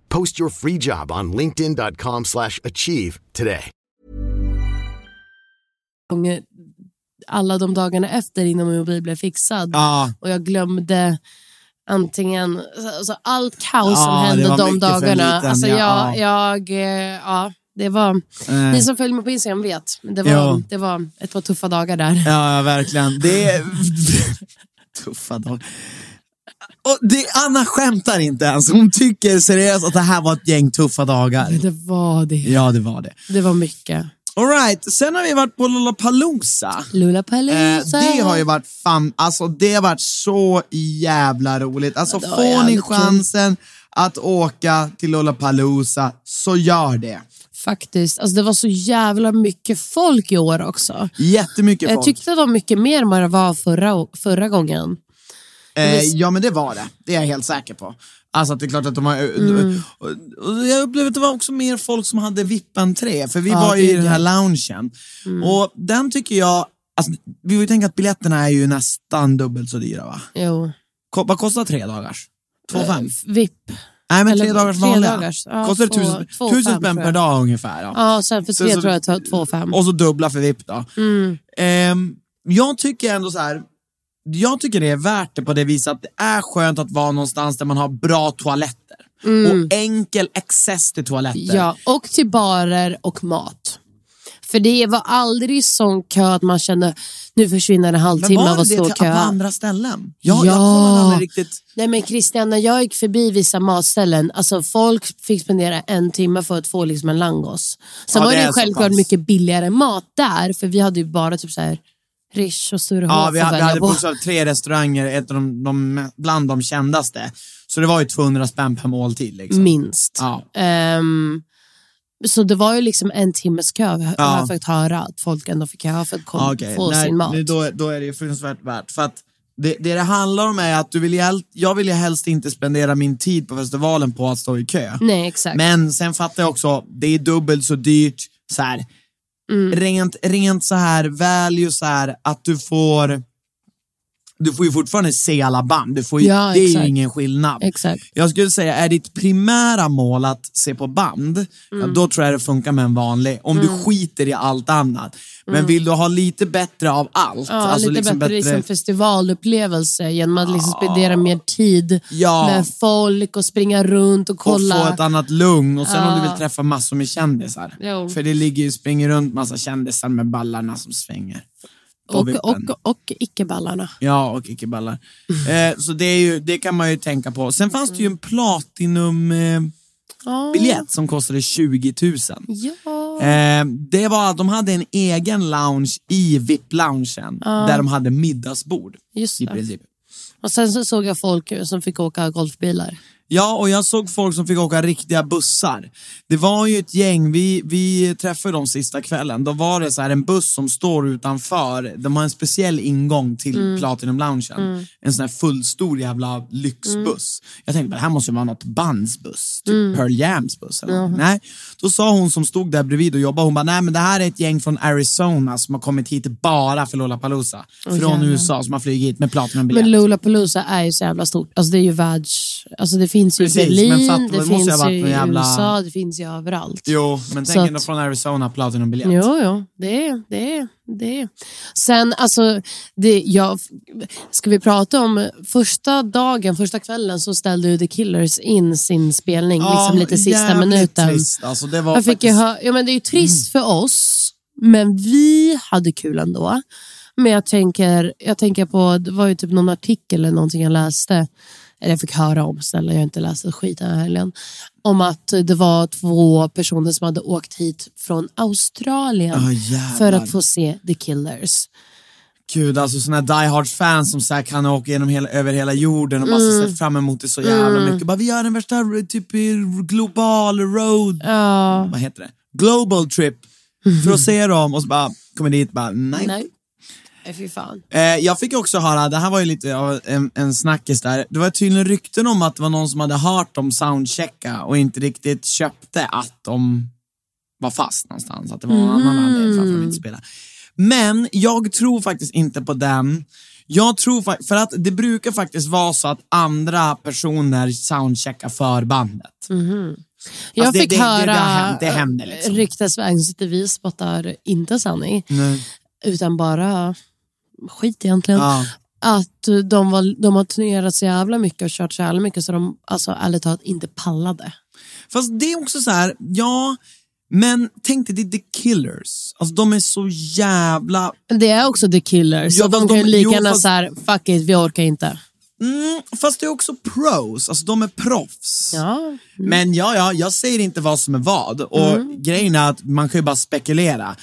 Speaker 6: Post your free job on linkedin.com/achieve slash achieve today.
Speaker 4: gånger alla de dagarna efter innan min mobil blev fixad.
Speaker 3: Ja,
Speaker 4: Och jag glömde antingen, alltså allt kaos som
Speaker 3: Ja,
Speaker 4: hände
Speaker 3: det var
Speaker 4: de
Speaker 3: mycket för en
Speaker 4: dagarna.
Speaker 3: liten,
Speaker 4: alltså
Speaker 3: ja,
Speaker 4: jag, jag, eh, ja, det var,
Speaker 3: Eh.
Speaker 4: ni som följer mig på Instagram vet, men det var,
Speaker 3: Ja.
Speaker 4: det var ett par tuffa dagar där.
Speaker 3: ja verkligen. Det är... Tuffa dagar. Och det, Anna skämtar inte ens. Hon tycker seriöst att det här var ett gäng tuffa dagar.
Speaker 4: Det var det.
Speaker 3: Ja, det var det.
Speaker 4: Det var mycket.
Speaker 3: All right. sen har vi varit på Lollapalooza. Eh,
Speaker 4: Lollapalooza.
Speaker 3: det har ju varit fan, alltså det har varit så jävla roligt. Alltså
Speaker 4: det var
Speaker 3: får ni
Speaker 4: jävligt kul.
Speaker 3: chansen att åka till Lollapalooza så gör det.
Speaker 4: Faktiskt. Alltså, det var så jävla mycket folk i år också.
Speaker 3: Jättemycket
Speaker 4: Jag
Speaker 3: folk.
Speaker 4: tyckte det var mycket mer än vad det var förra, förra gången.
Speaker 3: Eh, ja men det var det, det är jag helt säker på. Alltså att det är klart att de har...
Speaker 4: Mm.
Speaker 3: eh, Och, och jag upplevde att det var också mer folk som hade VIP-entré, för vi
Speaker 4: Ja,
Speaker 3: var ju i
Speaker 4: gud,
Speaker 3: den här loungen.
Speaker 4: Mm.
Speaker 3: Och den tycker jag, alltså, vi får ju tänka att biljetterna är ju nästan dubbelt så dyra va?
Speaker 4: Jo.
Speaker 3: Ko- Vad kostar tre dagars? Två fem?
Speaker 4: VIP.
Speaker 3: Nej men
Speaker 4: Eh, eller
Speaker 3: tre dagars
Speaker 4: tre
Speaker 3: vanliga.
Speaker 4: dagars, ja,
Speaker 3: kostar
Speaker 4: två-
Speaker 3: tusen,
Speaker 4: två
Speaker 3: tusen
Speaker 4: fem,
Speaker 3: spänn
Speaker 4: tror
Speaker 3: per
Speaker 4: jag.
Speaker 3: dag ungefär. Ja.
Speaker 4: Ja, sen för
Speaker 3: Så-
Speaker 4: tre
Speaker 3: så-
Speaker 4: tror jag att det var 2,5.
Speaker 3: Och så dubbla för VIP då.
Speaker 4: Mm.
Speaker 3: Ehm, jag tycker ändå så här. Jag tycker det är värt det på det viset att det är skönt att vara någonstans där man har bra toaletter. Och enkel access till toaletter.
Speaker 4: Mm. Ja, och till barer och mat. För det var aldrig sån kö att man kände nu försvinner en
Speaker 3: Men
Speaker 4: halvtimme
Speaker 3: var
Speaker 4: av
Speaker 3: det
Speaker 4: att
Speaker 3: det
Speaker 4: stå i
Speaker 3: till, på
Speaker 4: kö.
Speaker 3: andra ställen? Ja, jag
Speaker 4: Ja.
Speaker 3: kollade aldrig riktigt.
Speaker 4: Nej men Christian, när jag gick förbi vissa matställen, alltså folk fick spendera en timme för att få liksom en langos. Sen
Speaker 3: Ja,
Speaker 4: var
Speaker 3: det
Speaker 4: det,
Speaker 3: är
Speaker 4: ju
Speaker 3: så
Speaker 4: självklart
Speaker 3: pass.
Speaker 4: mycket billigare mat där, för vi hade ju bara typ så här Rish och Sturehof
Speaker 3: Ja, vi,
Speaker 4: att
Speaker 3: hade- vi
Speaker 4: välja
Speaker 3: hade
Speaker 4: på.
Speaker 3: bokstav tre restauranger, ett av de, de, bland de kändaste. Så det var ju 200 spänn per måltid. Liksom.
Speaker 4: Minst.
Speaker 3: Ja.
Speaker 4: Ehm, så det var ju liksom en timmes kö, har jag fått höra. Att folk ändå fick kö för att kom,
Speaker 3: Okej,
Speaker 4: få
Speaker 3: nej,
Speaker 4: sin mat.
Speaker 3: nu Då, då är det ju fruktansvärt värt. För att det, det det handlar om är att du vill, ju hel- jag vill ju helst inte spendera min tid på festivalen på att stå i kö.
Speaker 4: Nej, exakt.
Speaker 3: Men sen fattar jag också, det är dubbelt så dyrt. Så här,
Speaker 4: Mm.
Speaker 3: rent, rent så här value, så här, att du får du får ju fortfarande se alla band. Du får ju,
Speaker 4: Ja,
Speaker 3: det är
Speaker 4: exakt.
Speaker 3: ju ingen skillnad.
Speaker 4: Exakt.
Speaker 3: Jag skulle säga, är ditt primära mål att se på band, ja,
Speaker 4: Mm.
Speaker 3: då tror jag det funkar med en vanlig. Om du skiter i allt annat. Men vill du ha lite bättre av allt,
Speaker 4: Mm. Ja,
Speaker 3: alltså
Speaker 4: lite
Speaker 3: liksom
Speaker 4: bättre, Liksom festivalupplevelse genom att liksom spendera mer tid
Speaker 3: Ja.
Speaker 4: med folk och springa runt och
Speaker 3: och
Speaker 4: kolla.
Speaker 3: få ett annat lugn och sen om du vill träffa massor med kändisar.
Speaker 4: Jo.
Speaker 3: För det ligger ju, springer runt massa kändisar med ballarna som svänger. på
Speaker 4: och,
Speaker 3: vippen.
Speaker 4: och, Mm. och, icke-ballarna.
Speaker 3: Ja, och icke-ballar. eh, så det, är ju, det kan man ju tänka på. Sen fanns det ju en platinumbiljett eh,
Speaker 4: Mm. Ja.
Speaker 3: biljett som kostade 20 000.
Speaker 4: Ja.
Speaker 3: Eh, det var att de hade en egen lounge i VIP-loungen där de hade middagsbord.
Speaker 4: Just
Speaker 3: I
Speaker 4: det.
Speaker 3: princip.
Speaker 4: Och sen så såg jag folk som fick åka golfbilar.
Speaker 3: Ja, och jag såg folk som fick åka riktiga bussar. Det var ju ett gäng, vi, vi träffade dem sista kvällen. Då var det så här en buss som står utanför, de har en speciell ingång till
Speaker 4: Mm.
Speaker 3: Platinum Loungen. En sån här fullstor jävla lyxbuss.
Speaker 4: Mm.
Speaker 3: Jag tänkte, det här måste ju vara något bandsbuss, typ Pearl Jams buss. Eller något. Nej. Då sa hon som stod där bredvid och jobbade, hon bara, nej men det här är ett gäng från Arizona som har kommit hit bara för Lollapalooza. från USA som har flugit hit med Platinumbiljett.
Speaker 4: Men Lollapalooza är ju så jävla stort. Alltså det är ju världs... Alltså det finns ju
Speaker 3: Precis,
Speaker 4: i
Speaker 3: men
Speaker 4: Berlin,
Speaker 3: fattar, det
Speaker 4: det
Speaker 3: måste ju
Speaker 4: finns
Speaker 3: ha varit
Speaker 4: ju i
Speaker 3: någon jävla-
Speaker 4: USA, det finns ju överallt.
Speaker 3: Jo, men
Speaker 4: Så
Speaker 3: tänk
Speaker 4: att-
Speaker 3: ändå från Arizona, Platinumbiljett.
Speaker 4: Jo, jo, det är det. det. Sen, alltså, det, jag, ska vi prata om första dagen, första kvällen så ställde ju The Killers in sin spelning liksom lite sista
Speaker 3: jävligt
Speaker 4: minuten.
Speaker 3: Trist. Alltså, det var
Speaker 4: Jag fick ju
Speaker 3: faktiskt- Mm.
Speaker 4: hö- ja, men det är ju trist för oss, men vi hade kul ändå. Men jag tänker, jag tänker på, det var ju typ någon artikel eller någonting jag läste, eller jag fick höra om, snälla jag har inte läst ett skit den här helgen, om att det var två personer som hade åkt hit från Australien
Speaker 3: Ja, Ah, jävlar.
Speaker 4: för att få se The Killers.
Speaker 3: Gud, alltså såna Die Hard fans som så här kan åka genom hela, över hela jorden och bara mm. sett fram emot det så jävla
Speaker 4: Mm.
Speaker 3: mycket. Bara, vi gör en värsta typ global road, vad heter det? Global trip för att se dem och så bara kommer dit bara nej.
Speaker 4: Nej, Nej, fy fan.
Speaker 3: Eh, jag fick också höra, det här var ju lite av en, en snackis där, det var tydligen rykten om att det var någon som hade hört dem soundchecka och inte riktigt köpte att de var fast någonstans, att det var någon annan
Speaker 4: Mm.
Speaker 3: anledning för att de inte spelade. Men jag tror faktiskt inte på den. Jag tror fa- för att det brukar faktiskt vara så att andra personer soundcheckar för bandet.
Speaker 4: Mhm. Jag
Speaker 3: Alltså, det-
Speaker 4: fick
Speaker 3: det- det- det har
Speaker 4: höra
Speaker 3: hänt- det händer liksom.
Speaker 4: ryktesvägen så att vi spottar inte sanning,
Speaker 3: Mm.
Speaker 4: utan bara skit egentligen.
Speaker 3: Ja.
Speaker 4: Att de, var, de har turnerat så jävla mycket och kört så jävla mycket så de alltså, ärligt talat inte pallade.
Speaker 3: Fast det är också så här, ja, men tänk dig, det är The Killers. Alltså de är så jävla
Speaker 4: Men Det är också The Killers,
Speaker 3: Ja,
Speaker 4: så de
Speaker 3: fast
Speaker 4: kan ju
Speaker 3: de-
Speaker 4: lika
Speaker 3: jo,
Speaker 4: gärna
Speaker 3: fast-
Speaker 4: så här, fuck it, vi orkar inte.
Speaker 3: Mm, fast det är också pros, alltså de är proffs.
Speaker 4: Ja.
Speaker 3: Men ja, ja, jag säger inte vad som är vad och grejen är att man kan ju bara spekulera.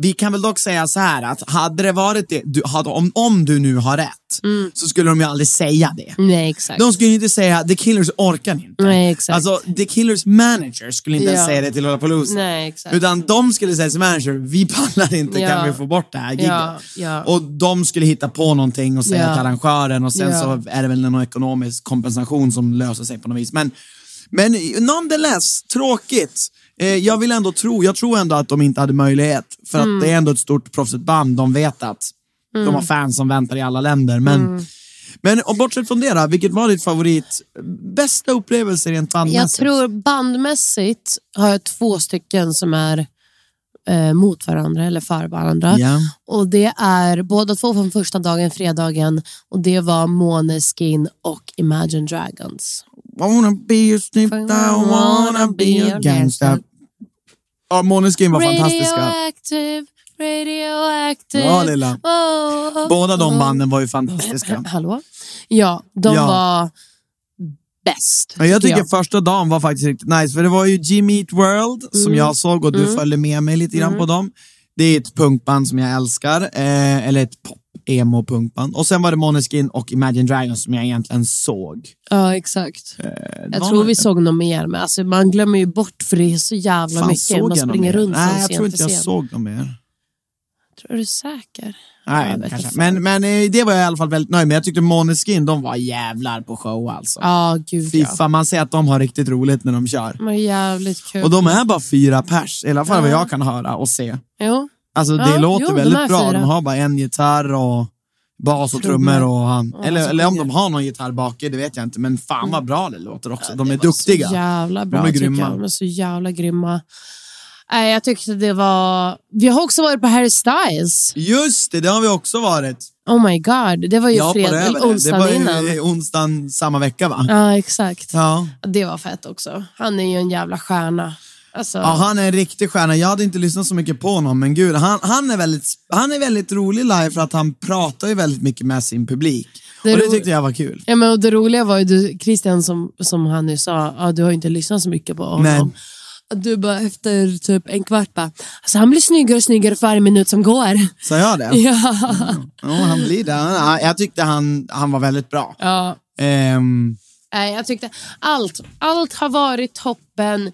Speaker 3: Vi kan väl dock säga så här att hade det varit det, du, hade, om, om du nu har rätt, så skulle de ju aldrig säga det.
Speaker 4: Nej, exakt.
Speaker 3: De skulle ju inte säga The Killers orkar inte.
Speaker 4: Nej, exakt.
Speaker 3: Alltså The Killers manager skulle inte ens
Speaker 4: Ja.
Speaker 3: säga det till Lollapalooza.
Speaker 4: Nej, exakt.
Speaker 3: Utan de skulle säga till sin manager, vi pallar inte,
Speaker 4: Ja.
Speaker 3: kan vi få bort det här giget?
Speaker 4: Ja, ja.
Speaker 3: Och de skulle hitta på någonting och säga
Speaker 4: Ja.
Speaker 3: till arrangören och sen
Speaker 4: Ja.
Speaker 3: så är det väl någon ekonomisk kompensation som löser sig på något vis. Men, men nonetheless, tråkigt. Eh, jag vill ändå tro, jag tror ändå att de inte hade möjlighet. För
Speaker 4: Mm.
Speaker 3: att det är ändå ett stort proffsigt band, de vet att de har fans som väntar i alla länder. Men,
Speaker 4: Mm.
Speaker 3: men och bortsett från det då, vilket var ditt favorit, bästa upplevelse rent
Speaker 4: Jag
Speaker 3: bandmässigt?
Speaker 4: tror bandmässigt har jag två stycken som är eh, mot varandra eller för varandra.
Speaker 3: Ja.
Speaker 4: Och det är båda två från första dagen, fredagen. Och det var Måneskin och Imagine Dragons.
Speaker 3: Wanna be a snip, I wanna be a gangster. Ja, Måneskin var fantastiska.
Speaker 4: Radioactive, radioactive.
Speaker 3: Ja, lilla.
Speaker 4: Oh, oh,
Speaker 3: Båda de
Speaker 4: oh.
Speaker 3: banden var ju fantastiska.
Speaker 4: Hallå? Ja, de
Speaker 3: Ja.
Speaker 4: var bäst.
Speaker 3: Men jag tycker
Speaker 4: jag.
Speaker 3: första dagen var faktiskt riktigt nice, för det var ju Jimmy Eat World som
Speaker 4: Mm.
Speaker 3: jag såg och du följde med mig lite grann på dem. Det är ett punkband som jag älskar, eh, eller ett pop emo punkband. Och sen var det Måneskin och Imagine Dragons som jag egentligen såg. Eh,
Speaker 4: Ja, exakt.
Speaker 3: det var
Speaker 4: jag tror vi
Speaker 3: lite-
Speaker 4: såg något mer, men alltså, man glömmer ju bort för det är så jävla
Speaker 3: Fan,
Speaker 4: mycket.
Speaker 3: såg jag
Speaker 4: Man
Speaker 3: någon
Speaker 4: springer
Speaker 3: mer?
Speaker 4: runt från
Speaker 3: Nej, jag
Speaker 4: scen
Speaker 3: tror inte
Speaker 4: till
Speaker 3: jag
Speaker 4: scen.
Speaker 3: såg dem mer.
Speaker 4: Tror du är säker? Ja, jag
Speaker 3: Nej,
Speaker 4: vet
Speaker 3: kanske.
Speaker 4: inte.
Speaker 3: Men, men eh, det var jag i alla fall väldigt nöjd med. Jag tyckte Måneskin, de var jävlar på show alltså.
Speaker 4: Ja, gud
Speaker 3: Fy
Speaker 4: ja.
Speaker 3: fan, man ser att de har riktigt roligt när de kör.
Speaker 4: De var jävligt kul.
Speaker 3: Och de är bara fyra pers, i alla fall vad jag kan höra och se.
Speaker 4: Jo.
Speaker 3: Alltså det
Speaker 4: Ja,
Speaker 3: låter
Speaker 4: jo, de
Speaker 3: väldigt
Speaker 4: är
Speaker 3: bra.
Speaker 4: fyra.
Speaker 3: De har bara en gitarr och bas och trummor, och han. eller,
Speaker 4: så
Speaker 3: eller om de
Speaker 4: sjunger.
Speaker 3: har någon gitarr bak i, det vet jag inte. Men fan vad bra det låter också. De är duktiga.
Speaker 4: Så jävla bra
Speaker 3: De är
Speaker 4: tycker jag.
Speaker 3: grymma.
Speaker 4: De är så jävla grymma. Nej, jag tyckte det var... Vi har också varit på Harry Styles.
Speaker 3: Just det, det har vi också varit.
Speaker 4: Oh my god. Det var ju
Speaker 3: Jag hoppade
Speaker 4: fredag,
Speaker 3: över
Speaker 4: eller
Speaker 3: det. Det var
Speaker 4: onsdagen
Speaker 3: ju
Speaker 4: innan.
Speaker 3: eh, onsdagen samma vecka va?
Speaker 4: Ja, exakt.
Speaker 3: Ja.
Speaker 4: Det var fett också. Han är ju en jävla stjärna. Alltså,
Speaker 3: Ja, han är en riktig stjärna. Jag hade inte lyssnat så mycket på honom, men gud, han, han, är, väldigt, han är väldigt rolig live för att han pratar ju väldigt mycket med sin publik.
Speaker 4: Det är
Speaker 3: och det
Speaker 4: ro-
Speaker 3: tyckte jag var kul.
Speaker 4: Ja, men och det roliga var ju du, Christian som, som han nu sa, ja, du har ju inte lyssnat så mycket på honom.
Speaker 3: Nej.
Speaker 4: Och Du bara efter typ en kvart bara, alltså han blir snyggare och snyggare för varje minut som går.
Speaker 3: Sa jag det?
Speaker 4: Ja.
Speaker 3: Ja, han blir det. Han- Jag tyckte han, han var väldigt bra.
Speaker 4: ja.
Speaker 3: Ehm,
Speaker 4: Nej, jag tyckte allt, allt har varit toppen.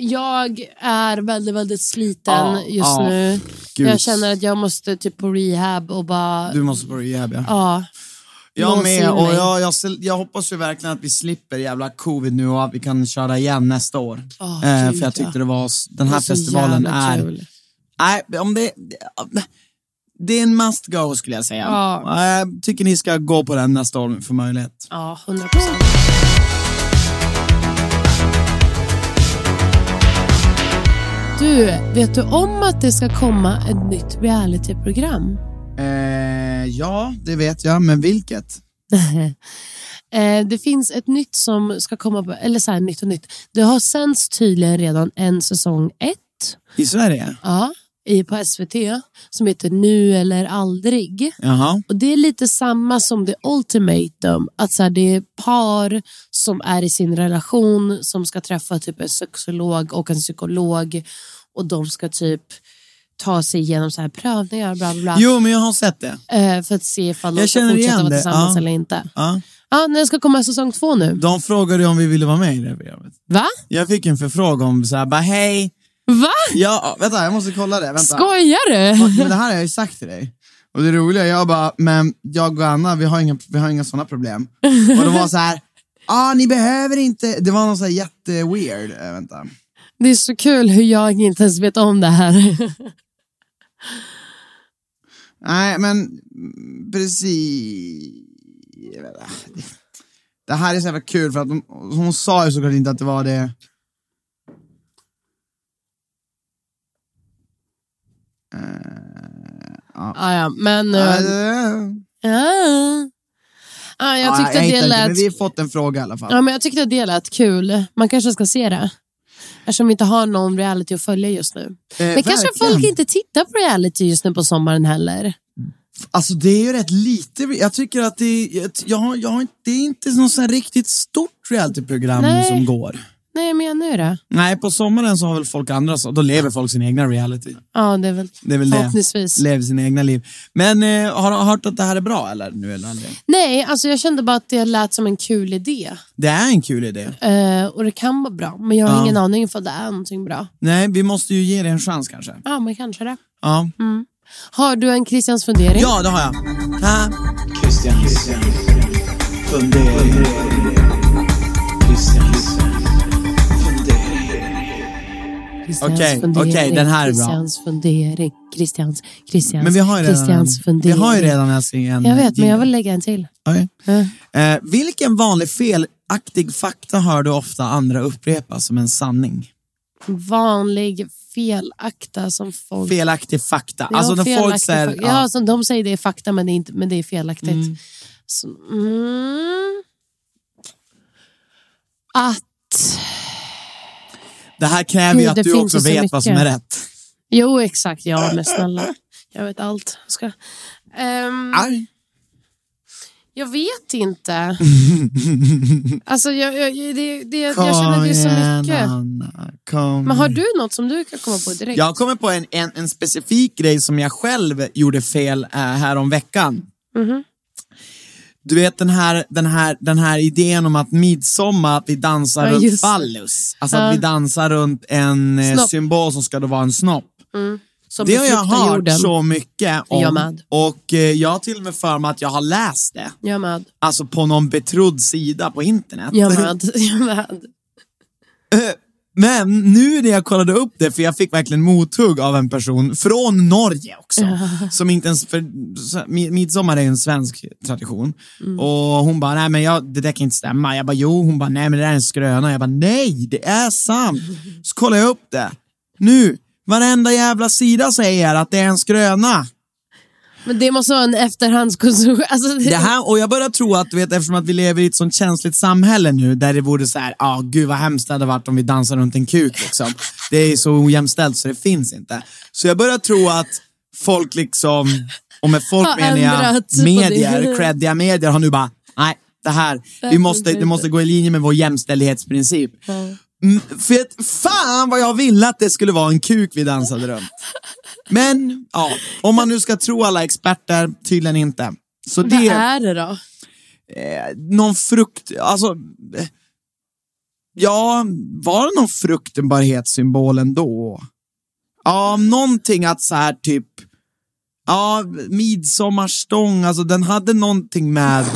Speaker 4: Jag är väldigt, väldigt sliten
Speaker 3: Ja,
Speaker 4: just
Speaker 3: ja.
Speaker 4: nu.
Speaker 3: Gud.
Speaker 4: Jag känner att jag måste typ på rehab och bara,
Speaker 3: du måste på rehab, ja.
Speaker 4: ja.
Speaker 3: Jag
Speaker 4: någonsin
Speaker 3: med, och
Speaker 4: mig.
Speaker 3: jag, jag, sel- jag hoppas ju verkligen att vi slipper jävla covid nu och att vi kan köra igen nästa år.
Speaker 4: Åh,
Speaker 3: Eh,
Speaker 4: gud,
Speaker 3: för jag
Speaker 4: ja.
Speaker 3: tyckte det var, s- den
Speaker 4: Det
Speaker 3: här
Speaker 4: är så
Speaker 3: festivalen
Speaker 4: jävla
Speaker 3: är...
Speaker 4: kul.
Speaker 3: Nej, om det... Det är en must go skulle jag säga.
Speaker 4: Ja.
Speaker 3: Jag tycker ni ska gå på den nästa år om ni får möjlighet.
Speaker 4: Ja, 100 procent. Du, vet du om att det ska komma ett nytt realityprogram?
Speaker 3: Eh, ja, det vet jag, men vilket?
Speaker 4: Eh, det finns ett nytt som ska komma, på- eller så här, nytt och nytt. Det har sänds tydligen redan en säsong ett
Speaker 3: I Sverige?
Speaker 4: ja, i, på SVT som heter Nu eller aldrig.
Speaker 3: Jaha.
Speaker 4: Och Det är lite samma som The Ultimatum. Att så här, det är par som är i sin relation som ska träffa typ en sexolog och en psykolog och de ska typ ta sig igenom så här prövningar bla bla, bla
Speaker 3: Jo, men jag har sett det.
Speaker 4: eh, för att se ifall de
Speaker 3: Jag
Speaker 4: ska
Speaker 3: känner igen
Speaker 4: fortsätta vara
Speaker 3: det,
Speaker 4: tillsammans
Speaker 3: ja.
Speaker 4: eller inte.
Speaker 3: Ja.
Speaker 4: Ja, när ska komma säsong två nu?
Speaker 3: De frågade ju om vi ville vara med i det här programmet.
Speaker 4: Va?
Speaker 3: Jag fick en förfrågan om så här, bara hej,
Speaker 4: Va?
Speaker 3: ja, vänta jag måste kolla det, vänta.
Speaker 4: Skojar du?
Speaker 3: Men det här har jag ju sagt till dig. Och det roliga, jag bara, men jag och Anna, vi har inga, vi har inga sådana problem. Och de var så här, ah, ni behöver inte, det var någon så här jätteweird, eh, vänta.
Speaker 4: Det är så kul hur jag inte ens vet om det här.
Speaker 3: Nej, men mm, precis. Vänta. Det här är så jävla kul för att hon, hon sa ju såklart inte att det var det.
Speaker 4: ja, ja, men...
Speaker 3: Ja,
Speaker 4: eh,
Speaker 3: det-
Speaker 4: ja. Ja, jag
Speaker 3: Ja, hittar
Speaker 4: tyckte det
Speaker 3: inte, men
Speaker 4: lät...
Speaker 3: Vi har fått en fråga i alla fall.
Speaker 4: Ja, men jag tyckte det lät kul. Man kanske ska se det. Eftersom vi inte har någon reality att följa just nu. Men kanske
Speaker 3: Eh, verkligen.
Speaker 4: folk inte tittar på reality just nu på sommaren heller.
Speaker 3: Alltså det är ju rätt lite, jag tycker att det är, jag, har- jag, har inte- det är inte något sån här riktigt stort realityprogram nu
Speaker 4: Nej.
Speaker 3: som går.
Speaker 4: Nej, jag menar ju det.
Speaker 3: Nej, på sommaren så har väl folk andra, så- då lever folk sin egna reality.
Speaker 4: Ja, det är väl,
Speaker 3: Det är väl
Speaker 4: förhoppningsvis.
Speaker 3: det, lever sina egna liv. Men eh, har du hört att det här är bra eller? Nu eller aldrig?
Speaker 4: Nej, alltså jag kände bara att det lät som en kul idé.
Speaker 3: det är en kul idé.
Speaker 4: Eh, och det kan vara bra, men jag har
Speaker 3: Ja.
Speaker 4: ingen aning om det är någonting bra.
Speaker 3: Nej, vi måste ju ge det en chans kanske.
Speaker 4: Ja, men kanske det.
Speaker 3: Ja,
Speaker 4: Mm. Har du en Christians fundering?
Speaker 3: ja det har jag. Ha. Christians fundering. Christians fundering.
Speaker 4: Christians
Speaker 3: Okej,
Speaker 4: fundering,
Speaker 3: okej, den här är bra.
Speaker 4: Christians fundering, Christians, Christians,
Speaker 3: Men vi har ju redan, en,
Speaker 4: Christians
Speaker 3: vi
Speaker 4: fundering.
Speaker 3: har ju redan älskling en
Speaker 4: Jag vet, men jag
Speaker 3: jingle.
Speaker 4: vill lägga en till.
Speaker 3: Okej.
Speaker 4: Eh,
Speaker 3: Eh, vilken vanlig felaktig fakta hör du ofta andra upprepa som en sanning?
Speaker 4: Vanlig felakta som folk...
Speaker 3: Felaktig fakta.
Speaker 4: Ja,
Speaker 3: alltså när folk
Speaker 4: felaktig
Speaker 3: säger...
Speaker 4: fak- Ja,
Speaker 3: Ja.
Speaker 4: som de säger det är fakta, men det är, inte, men det är felaktigt. Så, mm. Att...
Speaker 3: Det här kräver ju
Speaker 4: Gud,
Speaker 3: att
Speaker 4: det
Speaker 3: du
Speaker 4: finns
Speaker 3: också
Speaker 4: ju så
Speaker 3: vet
Speaker 4: mycket.
Speaker 3: vad som är rätt.
Speaker 4: Jo, exakt. Ja, men snälla. Jag vet allt. Jag, ska... Ehm,
Speaker 3: Arg.
Speaker 4: jag vet inte. Alltså, jag, jag, det, det, jag känner det är så mycket.
Speaker 3: Anna, kom.
Speaker 4: Men har du något som du kan komma på direkt?
Speaker 3: Jag kommer på en, en, en specifik grej som jag själv gjorde fel eh, här om veckan.
Speaker 4: Mhm.
Speaker 3: Du vet den här, den, här, den här idén om att midsommar, att vi dansar
Speaker 4: Ja,
Speaker 3: runt
Speaker 4: just det.
Speaker 3: fallus. Alltså att vi dansar runt en eh,
Speaker 4: Snopp.
Speaker 3: symbol som ska då vara en snopp.
Speaker 4: som
Speaker 3: Det har jag
Speaker 4: befruktar
Speaker 3: hört
Speaker 4: jorden?
Speaker 3: så mycket om.
Speaker 4: Jag med.
Speaker 3: Och eh, jag har till och med för mig att jag har läst det.
Speaker 4: Jag med.
Speaker 3: Alltså på någon betrodd sida på internet.
Speaker 4: Jag med. Jag med.
Speaker 3: Men nu när jag kollade upp det, för jag fick verkligen mothugg av en person från Norge också. Som inte ens, för så- mi- midsommar är ju en svensk tradition. Och hon bara, nej men jag, det där kan inte stämma. Jag bara, jo. Hon bara, nej men det där är en skröna. Jag bara, nej det är sant. Så kollade jag upp det. Nu, varenda jävla sida säger att det är en skröna.
Speaker 4: Men det måste vara en efterhandskonsumtion. Alltså,
Speaker 3: Det här, och jag börjar tro att, du vet, eftersom att vi lever i ett sånt känsligt samhälle nu, där det vore så här, ja ah, gud vad hemskt det hade varit om vi dansar runt en kuk liksom. Det är så ojämställt så det finns inte. Så jag börjar tro att folk liksom, och med folk
Speaker 4: Har
Speaker 3: menar jag
Speaker 4: ändrat på det.
Speaker 3: medier, creddiga medier har nu bara, nej det här, vi måste,
Speaker 4: funkar
Speaker 3: det måste
Speaker 4: inte."
Speaker 3: gå i linje med vår jämställdhetsprincip. Mm, för att, fan vad jag ville att det skulle vara en kuk vi dansade runt. Men ja, om man nu ska tro alla experter, tydligen inte. Så
Speaker 4: Vad
Speaker 3: det
Speaker 4: är det då?
Speaker 3: någon frukt, alltså, eh, ja, var det någon fruktenbarhetssymbol ändå? Ja, någonting att så här typ, ja, midsommarstång, alltså den hade någonting med,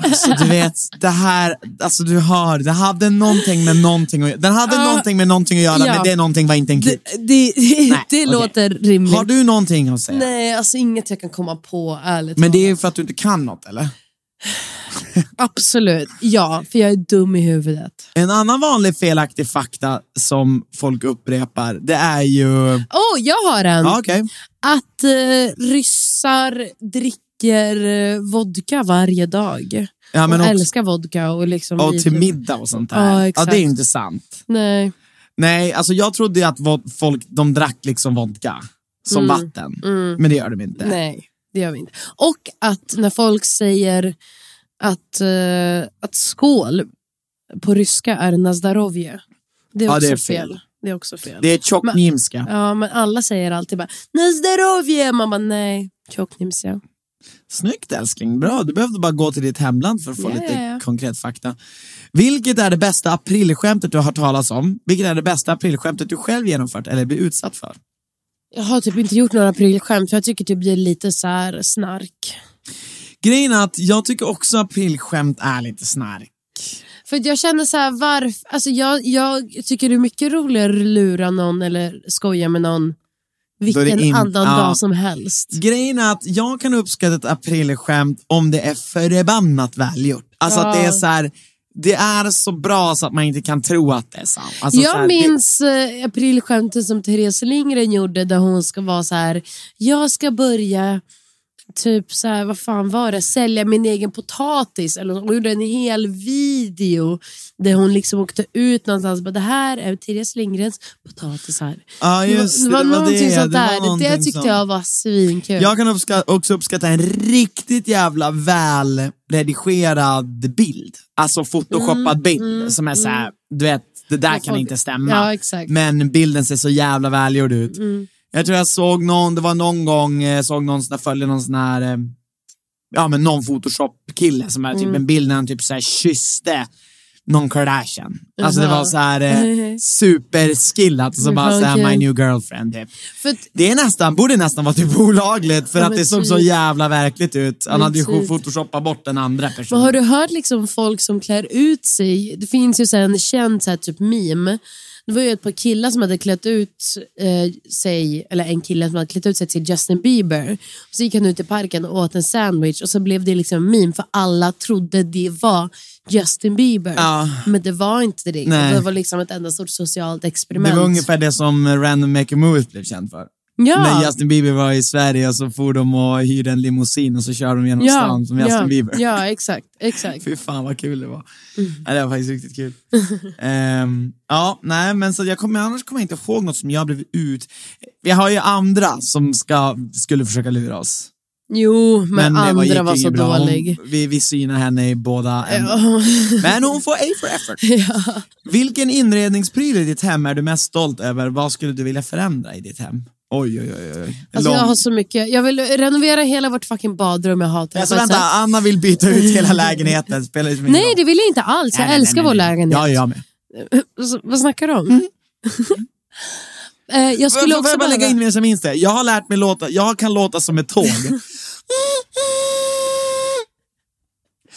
Speaker 3: alltså du vet, det här, alltså du hör, det hade någonting med någonting att, den hade
Speaker 4: Ja.
Speaker 3: någonting med någonting att göra,
Speaker 4: Ja.
Speaker 3: men det någonting var inte en
Speaker 4: Det,
Speaker 3: kuk.
Speaker 4: det,
Speaker 3: Nej, okej.
Speaker 4: det låter rimligt.
Speaker 3: Har du någonting att säga?
Speaker 4: Nej, alltså inget jag kan komma på ärligt
Speaker 3: Men det är
Speaker 4: talat.
Speaker 3: ju för att du inte kan något, eller?
Speaker 4: Absolut, ja, för jag är dum i huvudet.
Speaker 3: En annan vanlig felaktig fakta som folk upprepar, det är ju...
Speaker 4: Åh, oh, jag har en!
Speaker 3: Ja, okej.
Speaker 4: Att eh, ryssar dricker eh, vodka varje dag.
Speaker 3: Ja, men
Speaker 4: och
Speaker 3: också-
Speaker 4: älskar vodka. Och, liksom
Speaker 3: Och
Speaker 4: i-
Speaker 3: till middag och sånt
Speaker 4: Ja,
Speaker 3: där. Ja,
Speaker 4: exakt.
Speaker 3: det är ju inte sant.
Speaker 4: Nej.
Speaker 3: Nej, alltså jag trodde ju att vo- folk, de drack liksom vodka som vatten. Men det gör de inte.
Speaker 4: Mm. Nej, det gör vi inte. Och att när folk säger att, eh, att skål på ryska är nazdarovje. Det är
Speaker 3: Ja,
Speaker 4: också
Speaker 3: det är fel.
Speaker 4: fel. Det är också fel.
Speaker 3: Det är tjocknimska.
Speaker 4: Ja, men alla säger alltid bara nazdarovje. Man bara nej, tjocknimsja.
Speaker 3: Snyggt älskling, bra. Du behövde bara gå till ditt hemland för att få
Speaker 4: Ja,
Speaker 3: lite
Speaker 4: ja, ja.
Speaker 3: konkret fakta. Vilket är det bästa aprilskämtet du har hört talas om? Vilket är det bästa aprilskämtet du själv genomfört eller blir utsatt för?
Speaker 4: Jag har typ inte gjort några aprilskämt för jag tycker typ det blir lite så här snark.
Speaker 3: Grejen är att jag tycker också aprilskämt är lite snark.
Speaker 4: För jag känner så här, varf, alltså jag, jag tycker det är mycket roligare att lura någon eller skoja med någon vilken
Speaker 3: in-
Speaker 4: annan
Speaker 3: ja.
Speaker 4: dag som helst.
Speaker 3: Grejen är att jag kan uppskatta ett aprilskämt om det är förbannat välgjort. Alltså att det är så här, det är så bra så att man inte kan tro att det är sant. Alltså så här,
Speaker 4: jag minns eh, aprilskämten som Therese Lindgren gjorde där hon ska vara så här, jag ska börja typ så här, vad fan var det, sälja min egen potatis. Eller, hon gjorde en hel video där hon liksom åkte ut någonstans och bara, det här är Therese Lindgrens potatisar.
Speaker 3: Ja, just
Speaker 4: det, var, det var någonting
Speaker 3: det,
Speaker 4: sånt
Speaker 3: det var
Speaker 4: där. Det, det
Speaker 3: någonting
Speaker 4: tyckte
Speaker 3: sånt.
Speaker 4: jag var svinkul.
Speaker 3: Jag kan uppska- också uppskatta en riktigt jävla välredigerad bild. Alltså photoshoppad
Speaker 4: Mm,
Speaker 3: bild som är så här, du vet, det där kan
Speaker 4: folk-
Speaker 3: inte stämma.
Speaker 4: mm. Ja, exakt. Mm.
Speaker 3: Men bilden ser så jävla välgjord ut. Jag tror jag såg någon, det var någon gång, eh, såg någon som följde någon sån här, eh, ja men någon photoshop-kille som är
Speaker 4: Mm.
Speaker 3: typ en bild när han typ så här kysste någon Kardashian. Alltså det var så här eh, superskillat och så bara
Speaker 4: fan,
Speaker 3: så här, my
Speaker 4: kul.
Speaker 3: new girlfriend typ.
Speaker 4: För att-
Speaker 3: Det är nästan, borde nästan vara typ olagligt för att
Speaker 4: men
Speaker 3: det såg så
Speaker 4: typ.
Speaker 3: jävligt verkligt ut. Han hade ju
Speaker 4: typ.
Speaker 3: photoshoppat bort den andra
Speaker 4: Men
Speaker 3: personen.
Speaker 4: har du hört liksom folk som klär ut sig? Det finns ju så här en känd så här typ meme. Det var ju ett par killar som hade klätt ut eh, sig, eller en kille som hade klätt ut sig till Justin Bieber. Så gick han ut i parken och åt en sandwich och så blev det liksom en meme för alla trodde det var Justin Bieber.
Speaker 3: Ja.
Speaker 4: Men det var inte det.
Speaker 3: Nej.
Speaker 4: Det var liksom ett enda stort socialt experiment.
Speaker 3: Det var ungefär det som Random Make a Move blev känd för.
Speaker 4: ja.
Speaker 3: När Justin Bieber var i Sverige så for de och hyrde en limousin och så körde de genom
Speaker 4: ja.
Speaker 3: stan som Justin
Speaker 4: ja. Mm.
Speaker 3: Bieber.
Speaker 4: Ja, exakt. exakt.
Speaker 3: Fy fan vad kul det var. Ja, det var faktiskt riktigt kul. Ehm, ja, nej, men så jag kommer, annars kommer jag inte ihåg något som jag blev ut... Vi har ju andra som ska, skulle försöka lura oss.
Speaker 4: Jo, men,
Speaker 3: det
Speaker 4: andra var,
Speaker 3: gick
Speaker 4: så
Speaker 3: inget bra. Hon-
Speaker 4: dålig.
Speaker 3: Vi, vi synar henne i båda änden. Men hon får A for effort. Vilken inredningspryl i ditt hem är du mest stolt över? Vad skulle du vilja förändra i ditt hem? Oj, oj, oj. oj.
Speaker 4: Alltså jag
Speaker 3: Lång-
Speaker 4: har så mycket. Jag vill renovera hela vårt fucking badrum. Jag hatar det
Speaker 3: Alltså
Speaker 4: på ett
Speaker 3: vänta,
Speaker 4: sätt.
Speaker 3: Anna vill byta ut hela lägenheten. Spelar liksom ingen
Speaker 4: Nej,
Speaker 3: roll.
Speaker 4: det vill jag inte alls. Jag
Speaker 3: Nej, nej,
Speaker 4: älskar
Speaker 3: nej,
Speaker 4: vår
Speaker 3: nej.
Speaker 4: lägenhet.
Speaker 3: Ja, jag med.
Speaker 4: Så, vad snackar du om? Eh, jag
Speaker 3: Får
Speaker 4: skulle
Speaker 3: får
Speaker 4: också
Speaker 3: jag bara lägga
Speaker 4: behöva...
Speaker 3: in mer som minns det? Jag har lärt mig låta, jag kan låta som ett tåg.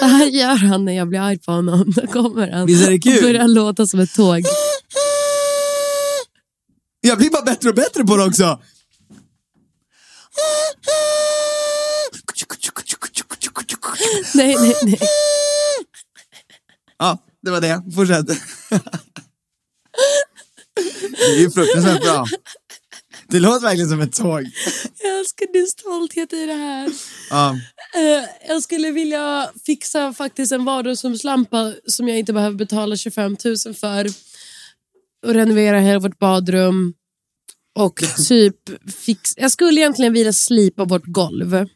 Speaker 4: Så här gör han när jag blir arg på honom. Då kommer han
Speaker 3: Visst är det kul?
Speaker 4: och börjar låta som ett tåg.
Speaker 3: Jag blir bara bättre och bättre på det också.
Speaker 4: Nej, nej, nej.
Speaker 3: Ja, det var det. Fortsätt. Det är ju fruktansvärt bra. Det låter verkligen som ett tåg.
Speaker 4: Jag älskar din stolthet i det här.
Speaker 3: Ja.
Speaker 4: Eh, jag skulle vilja fixa faktiskt en vardagsrumslampa som jag inte behöver betala 25 000 för. Och renovera hela vårt badrum. Och typ fix... Jag skulle egentligen vilja slipa vårt golv.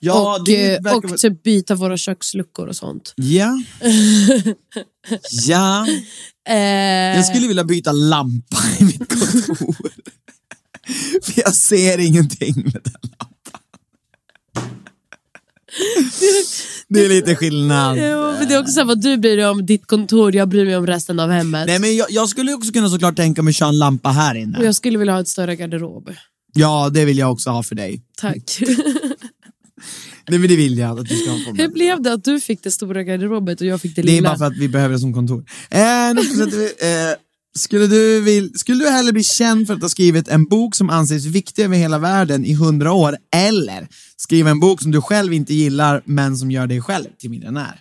Speaker 3: Ja,
Speaker 4: och,
Speaker 3: det
Speaker 4: eh,
Speaker 3: verkar
Speaker 4: och
Speaker 3: vara-
Speaker 4: typ byta våra köksluckor och sånt.
Speaker 3: Ja. Ja.
Speaker 4: Eh,
Speaker 3: Jag skulle vilja byta lampa i mitt kontor. För jag ser ingenting med den lampan. Det är lite skillnad.
Speaker 4: Jo, men det är också så här, vad du bryr dig om ditt kontor, jag bryr mig om resten av hemmet.
Speaker 3: Nej, men jag, jag skulle också kunna såklart tänka mig att köra en lampa här
Speaker 4: Och
Speaker 3: inne.
Speaker 4: jag skulle vilja ha ett större garderob.
Speaker 3: Ja, det vill jag också ha för dig.
Speaker 4: Tack.
Speaker 3: Mm. Nej, men det vill jag att du ska ha för mig.
Speaker 4: Hur blev det att du fick det stora garderobet och jag fick det
Speaker 3: Det är
Speaker 4: lilla?
Speaker 3: bara för att vi behöver det som kontor. Eh, nu ska vi se, eh, skulle, du vill, skulle du hellre bli känd för att ha skrivit en bok som anses viktig över hela världen i hundra år eller skriva en bok som du själv inte gillar men som gör dig själv till miljonär?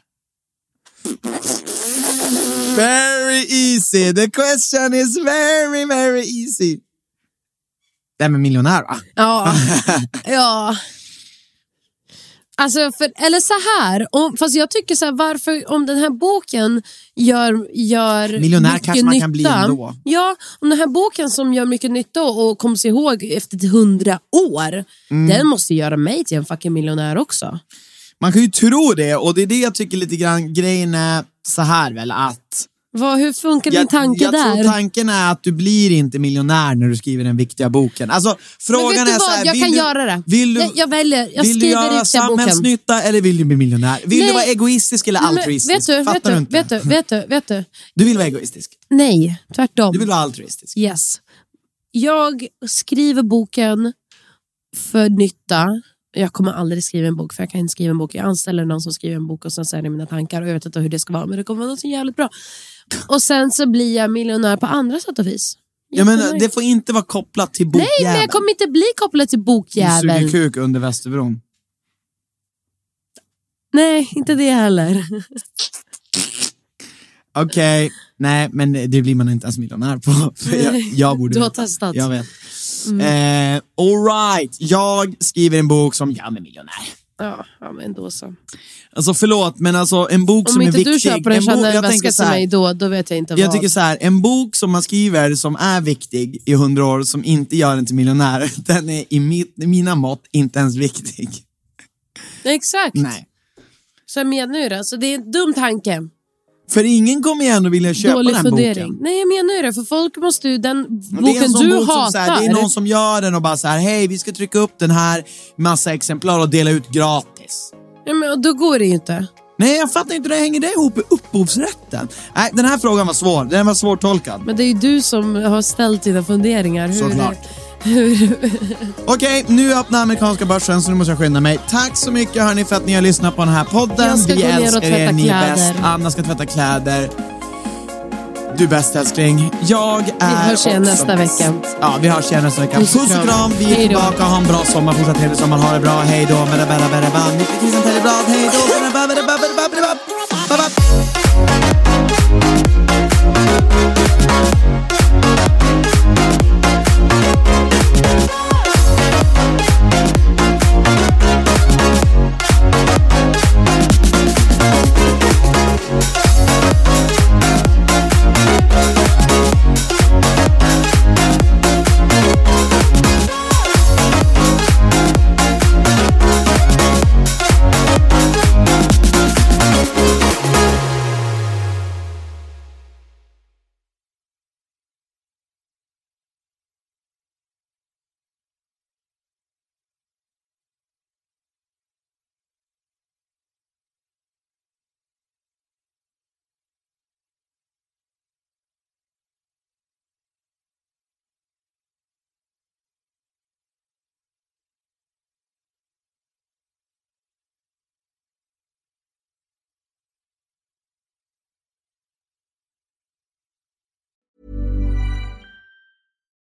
Speaker 3: Very easy, the question is very, very easy. Det här med miljonär va?
Speaker 4: Ja. ja. Alltså, för, eller så här, om, fast jag tycker så här, varför, om den här boken gör, gör
Speaker 3: Miljonär
Speaker 4: mycket
Speaker 3: kanske man kan bli
Speaker 4: nytta,
Speaker 3: ändå.
Speaker 4: Ja, om den här boken som gör mycket nytta och, och kommer sig ihåg efter hundra år,
Speaker 3: Mm.
Speaker 4: den måste göra mig till en fucking miljonär också.
Speaker 3: Man kan ju tro det och det är det jag tycker lite grann grejen är så här väl att
Speaker 4: Vad, hur funkar din tanke
Speaker 3: jag
Speaker 4: där?
Speaker 3: tror tanken är att du blir inte miljonär när du skriver den viktiga boken. Alltså,
Speaker 4: Men
Speaker 3: frågan
Speaker 4: vet du
Speaker 3: är
Speaker 4: vad,
Speaker 3: så här,
Speaker 4: jag
Speaker 3: vill
Speaker 4: kan
Speaker 3: du,
Speaker 4: göra det.
Speaker 3: Vill du,
Speaker 4: jag, jag väljer, jag
Speaker 3: vill du
Speaker 4: skriver
Speaker 3: göra
Speaker 4: ut den boken.
Speaker 3: samhällsnytta eller vill du bli miljonär? Vill
Speaker 4: Nej.
Speaker 3: du vara egoistisk eller
Speaker 4: Men
Speaker 3: altruistisk?
Speaker 4: Vet du,
Speaker 3: Fattar
Speaker 4: vet, du,
Speaker 3: inte?
Speaker 4: vet, du, vet du, vet du,
Speaker 3: Du vill vara egoistisk.
Speaker 4: nej, tvärtom.
Speaker 3: Du vill vara altruistisk.
Speaker 4: Yes. Jag skriver boken för nytta. Jag kommer aldrig skriva en bok, för jag kan inte skriva en bok. Jag anställer någon som skriver en bok och sen säger det mina tankar och jag vet inte hur det ska vara, men det kommer vara något jävligt bra. Och sen så blir jag miljonär på andra sätt och vis.
Speaker 3: Jag menar,
Speaker 4: Jättenöjd.
Speaker 3: det får inte vara kopplat till
Speaker 4: Nej,
Speaker 3: bokjäveln.
Speaker 4: men jag kommer inte bli kopplad till
Speaker 3: Du suger
Speaker 4: bokjäveln.
Speaker 3: kuk under Västerbron.
Speaker 4: Nej, inte det heller.
Speaker 3: Okej, nej men det blir man inte ens miljonär på. För jag, jag borde
Speaker 4: Du har
Speaker 3: veta.
Speaker 4: testat. Mm.
Speaker 3: Jag vet. Eh, all right, jag skriver en bok som gör mig miljonär.
Speaker 4: Ja, ja men då så.
Speaker 3: Alltså förlåt, men alltså en bok som
Speaker 4: Om
Speaker 3: är
Speaker 4: inte
Speaker 3: viktig.
Speaker 4: du köper en
Speaker 3: en bok,
Speaker 4: Chanel
Speaker 3: jag tänker
Speaker 4: väska
Speaker 3: så
Speaker 4: till
Speaker 3: här,
Speaker 4: mig då, då vet jag inte
Speaker 3: Jag
Speaker 4: vad.
Speaker 3: tycker så här, en bok som man skriver som är viktig i hundra år, som inte gör en till miljonär, den är i, mitt, i mina mått inte ens viktig.
Speaker 4: Exakt,
Speaker 3: Nej.
Speaker 4: så jag menar ju det. Så det är en dum tanke.
Speaker 3: För ingen kommer ju ändå vilja köpa
Speaker 4: Dålig
Speaker 3: den
Speaker 4: fundering.
Speaker 3: boken.
Speaker 4: Nej, jag menar ju det. För folk måste ju, den
Speaker 3: Men det är en
Speaker 4: boken
Speaker 3: sån
Speaker 4: du
Speaker 3: bok som
Speaker 4: hatar.
Speaker 3: så här, det är någon som gör den och bara så här, hej vi ska trycka upp den här massa exemplar och dela ut gratis.
Speaker 4: ja, men, och då går det ju inte.
Speaker 3: Nej, jag fattar inte hur det hänger det ihop med upphovsrätten. Nej, den här frågan var svår. Den var svårtolkad.
Speaker 4: Men det är ju du som har ställt dina funderingar. Hur
Speaker 3: Såklart.
Speaker 4: Det,
Speaker 3: Okej, nu öppnar amerikanska börsen så nu måste jag skynda mig. Tack så mycket hörni för att ni har lyssnat på den här podden.
Speaker 4: Jag ska
Speaker 3: Vi
Speaker 4: gå ner och
Speaker 3: älskar er,
Speaker 4: tvätta
Speaker 3: ni är
Speaker 4: kläder.
Speaker 3: bäst. Anna ska tvätta kläder. Du är bäst älskling. Jag är
Speaker 4: hörs igen
Speaker 3: också
Speaker 4: nästa
Speaker 3: bäst.
Speaker 4: vecka.
Speaker 3: Ja, vi hörs igen nästa vecka.
Speaker 4: Puss och
Speaker 3: Puss och
Speaker 4: kram.
Speaker 3: kram. Vi är
Speaker 4: Hej då.
Speaker 3: tillbaka. Ha en bra sommar. Fortsatt trevlig sommar. Ha det bra. Hej då. Bada, bada, bada, bam. Mitt i krisen, Teleblad. Hej då. Bada, bada, bada, bada, bada, bada, bada, bada.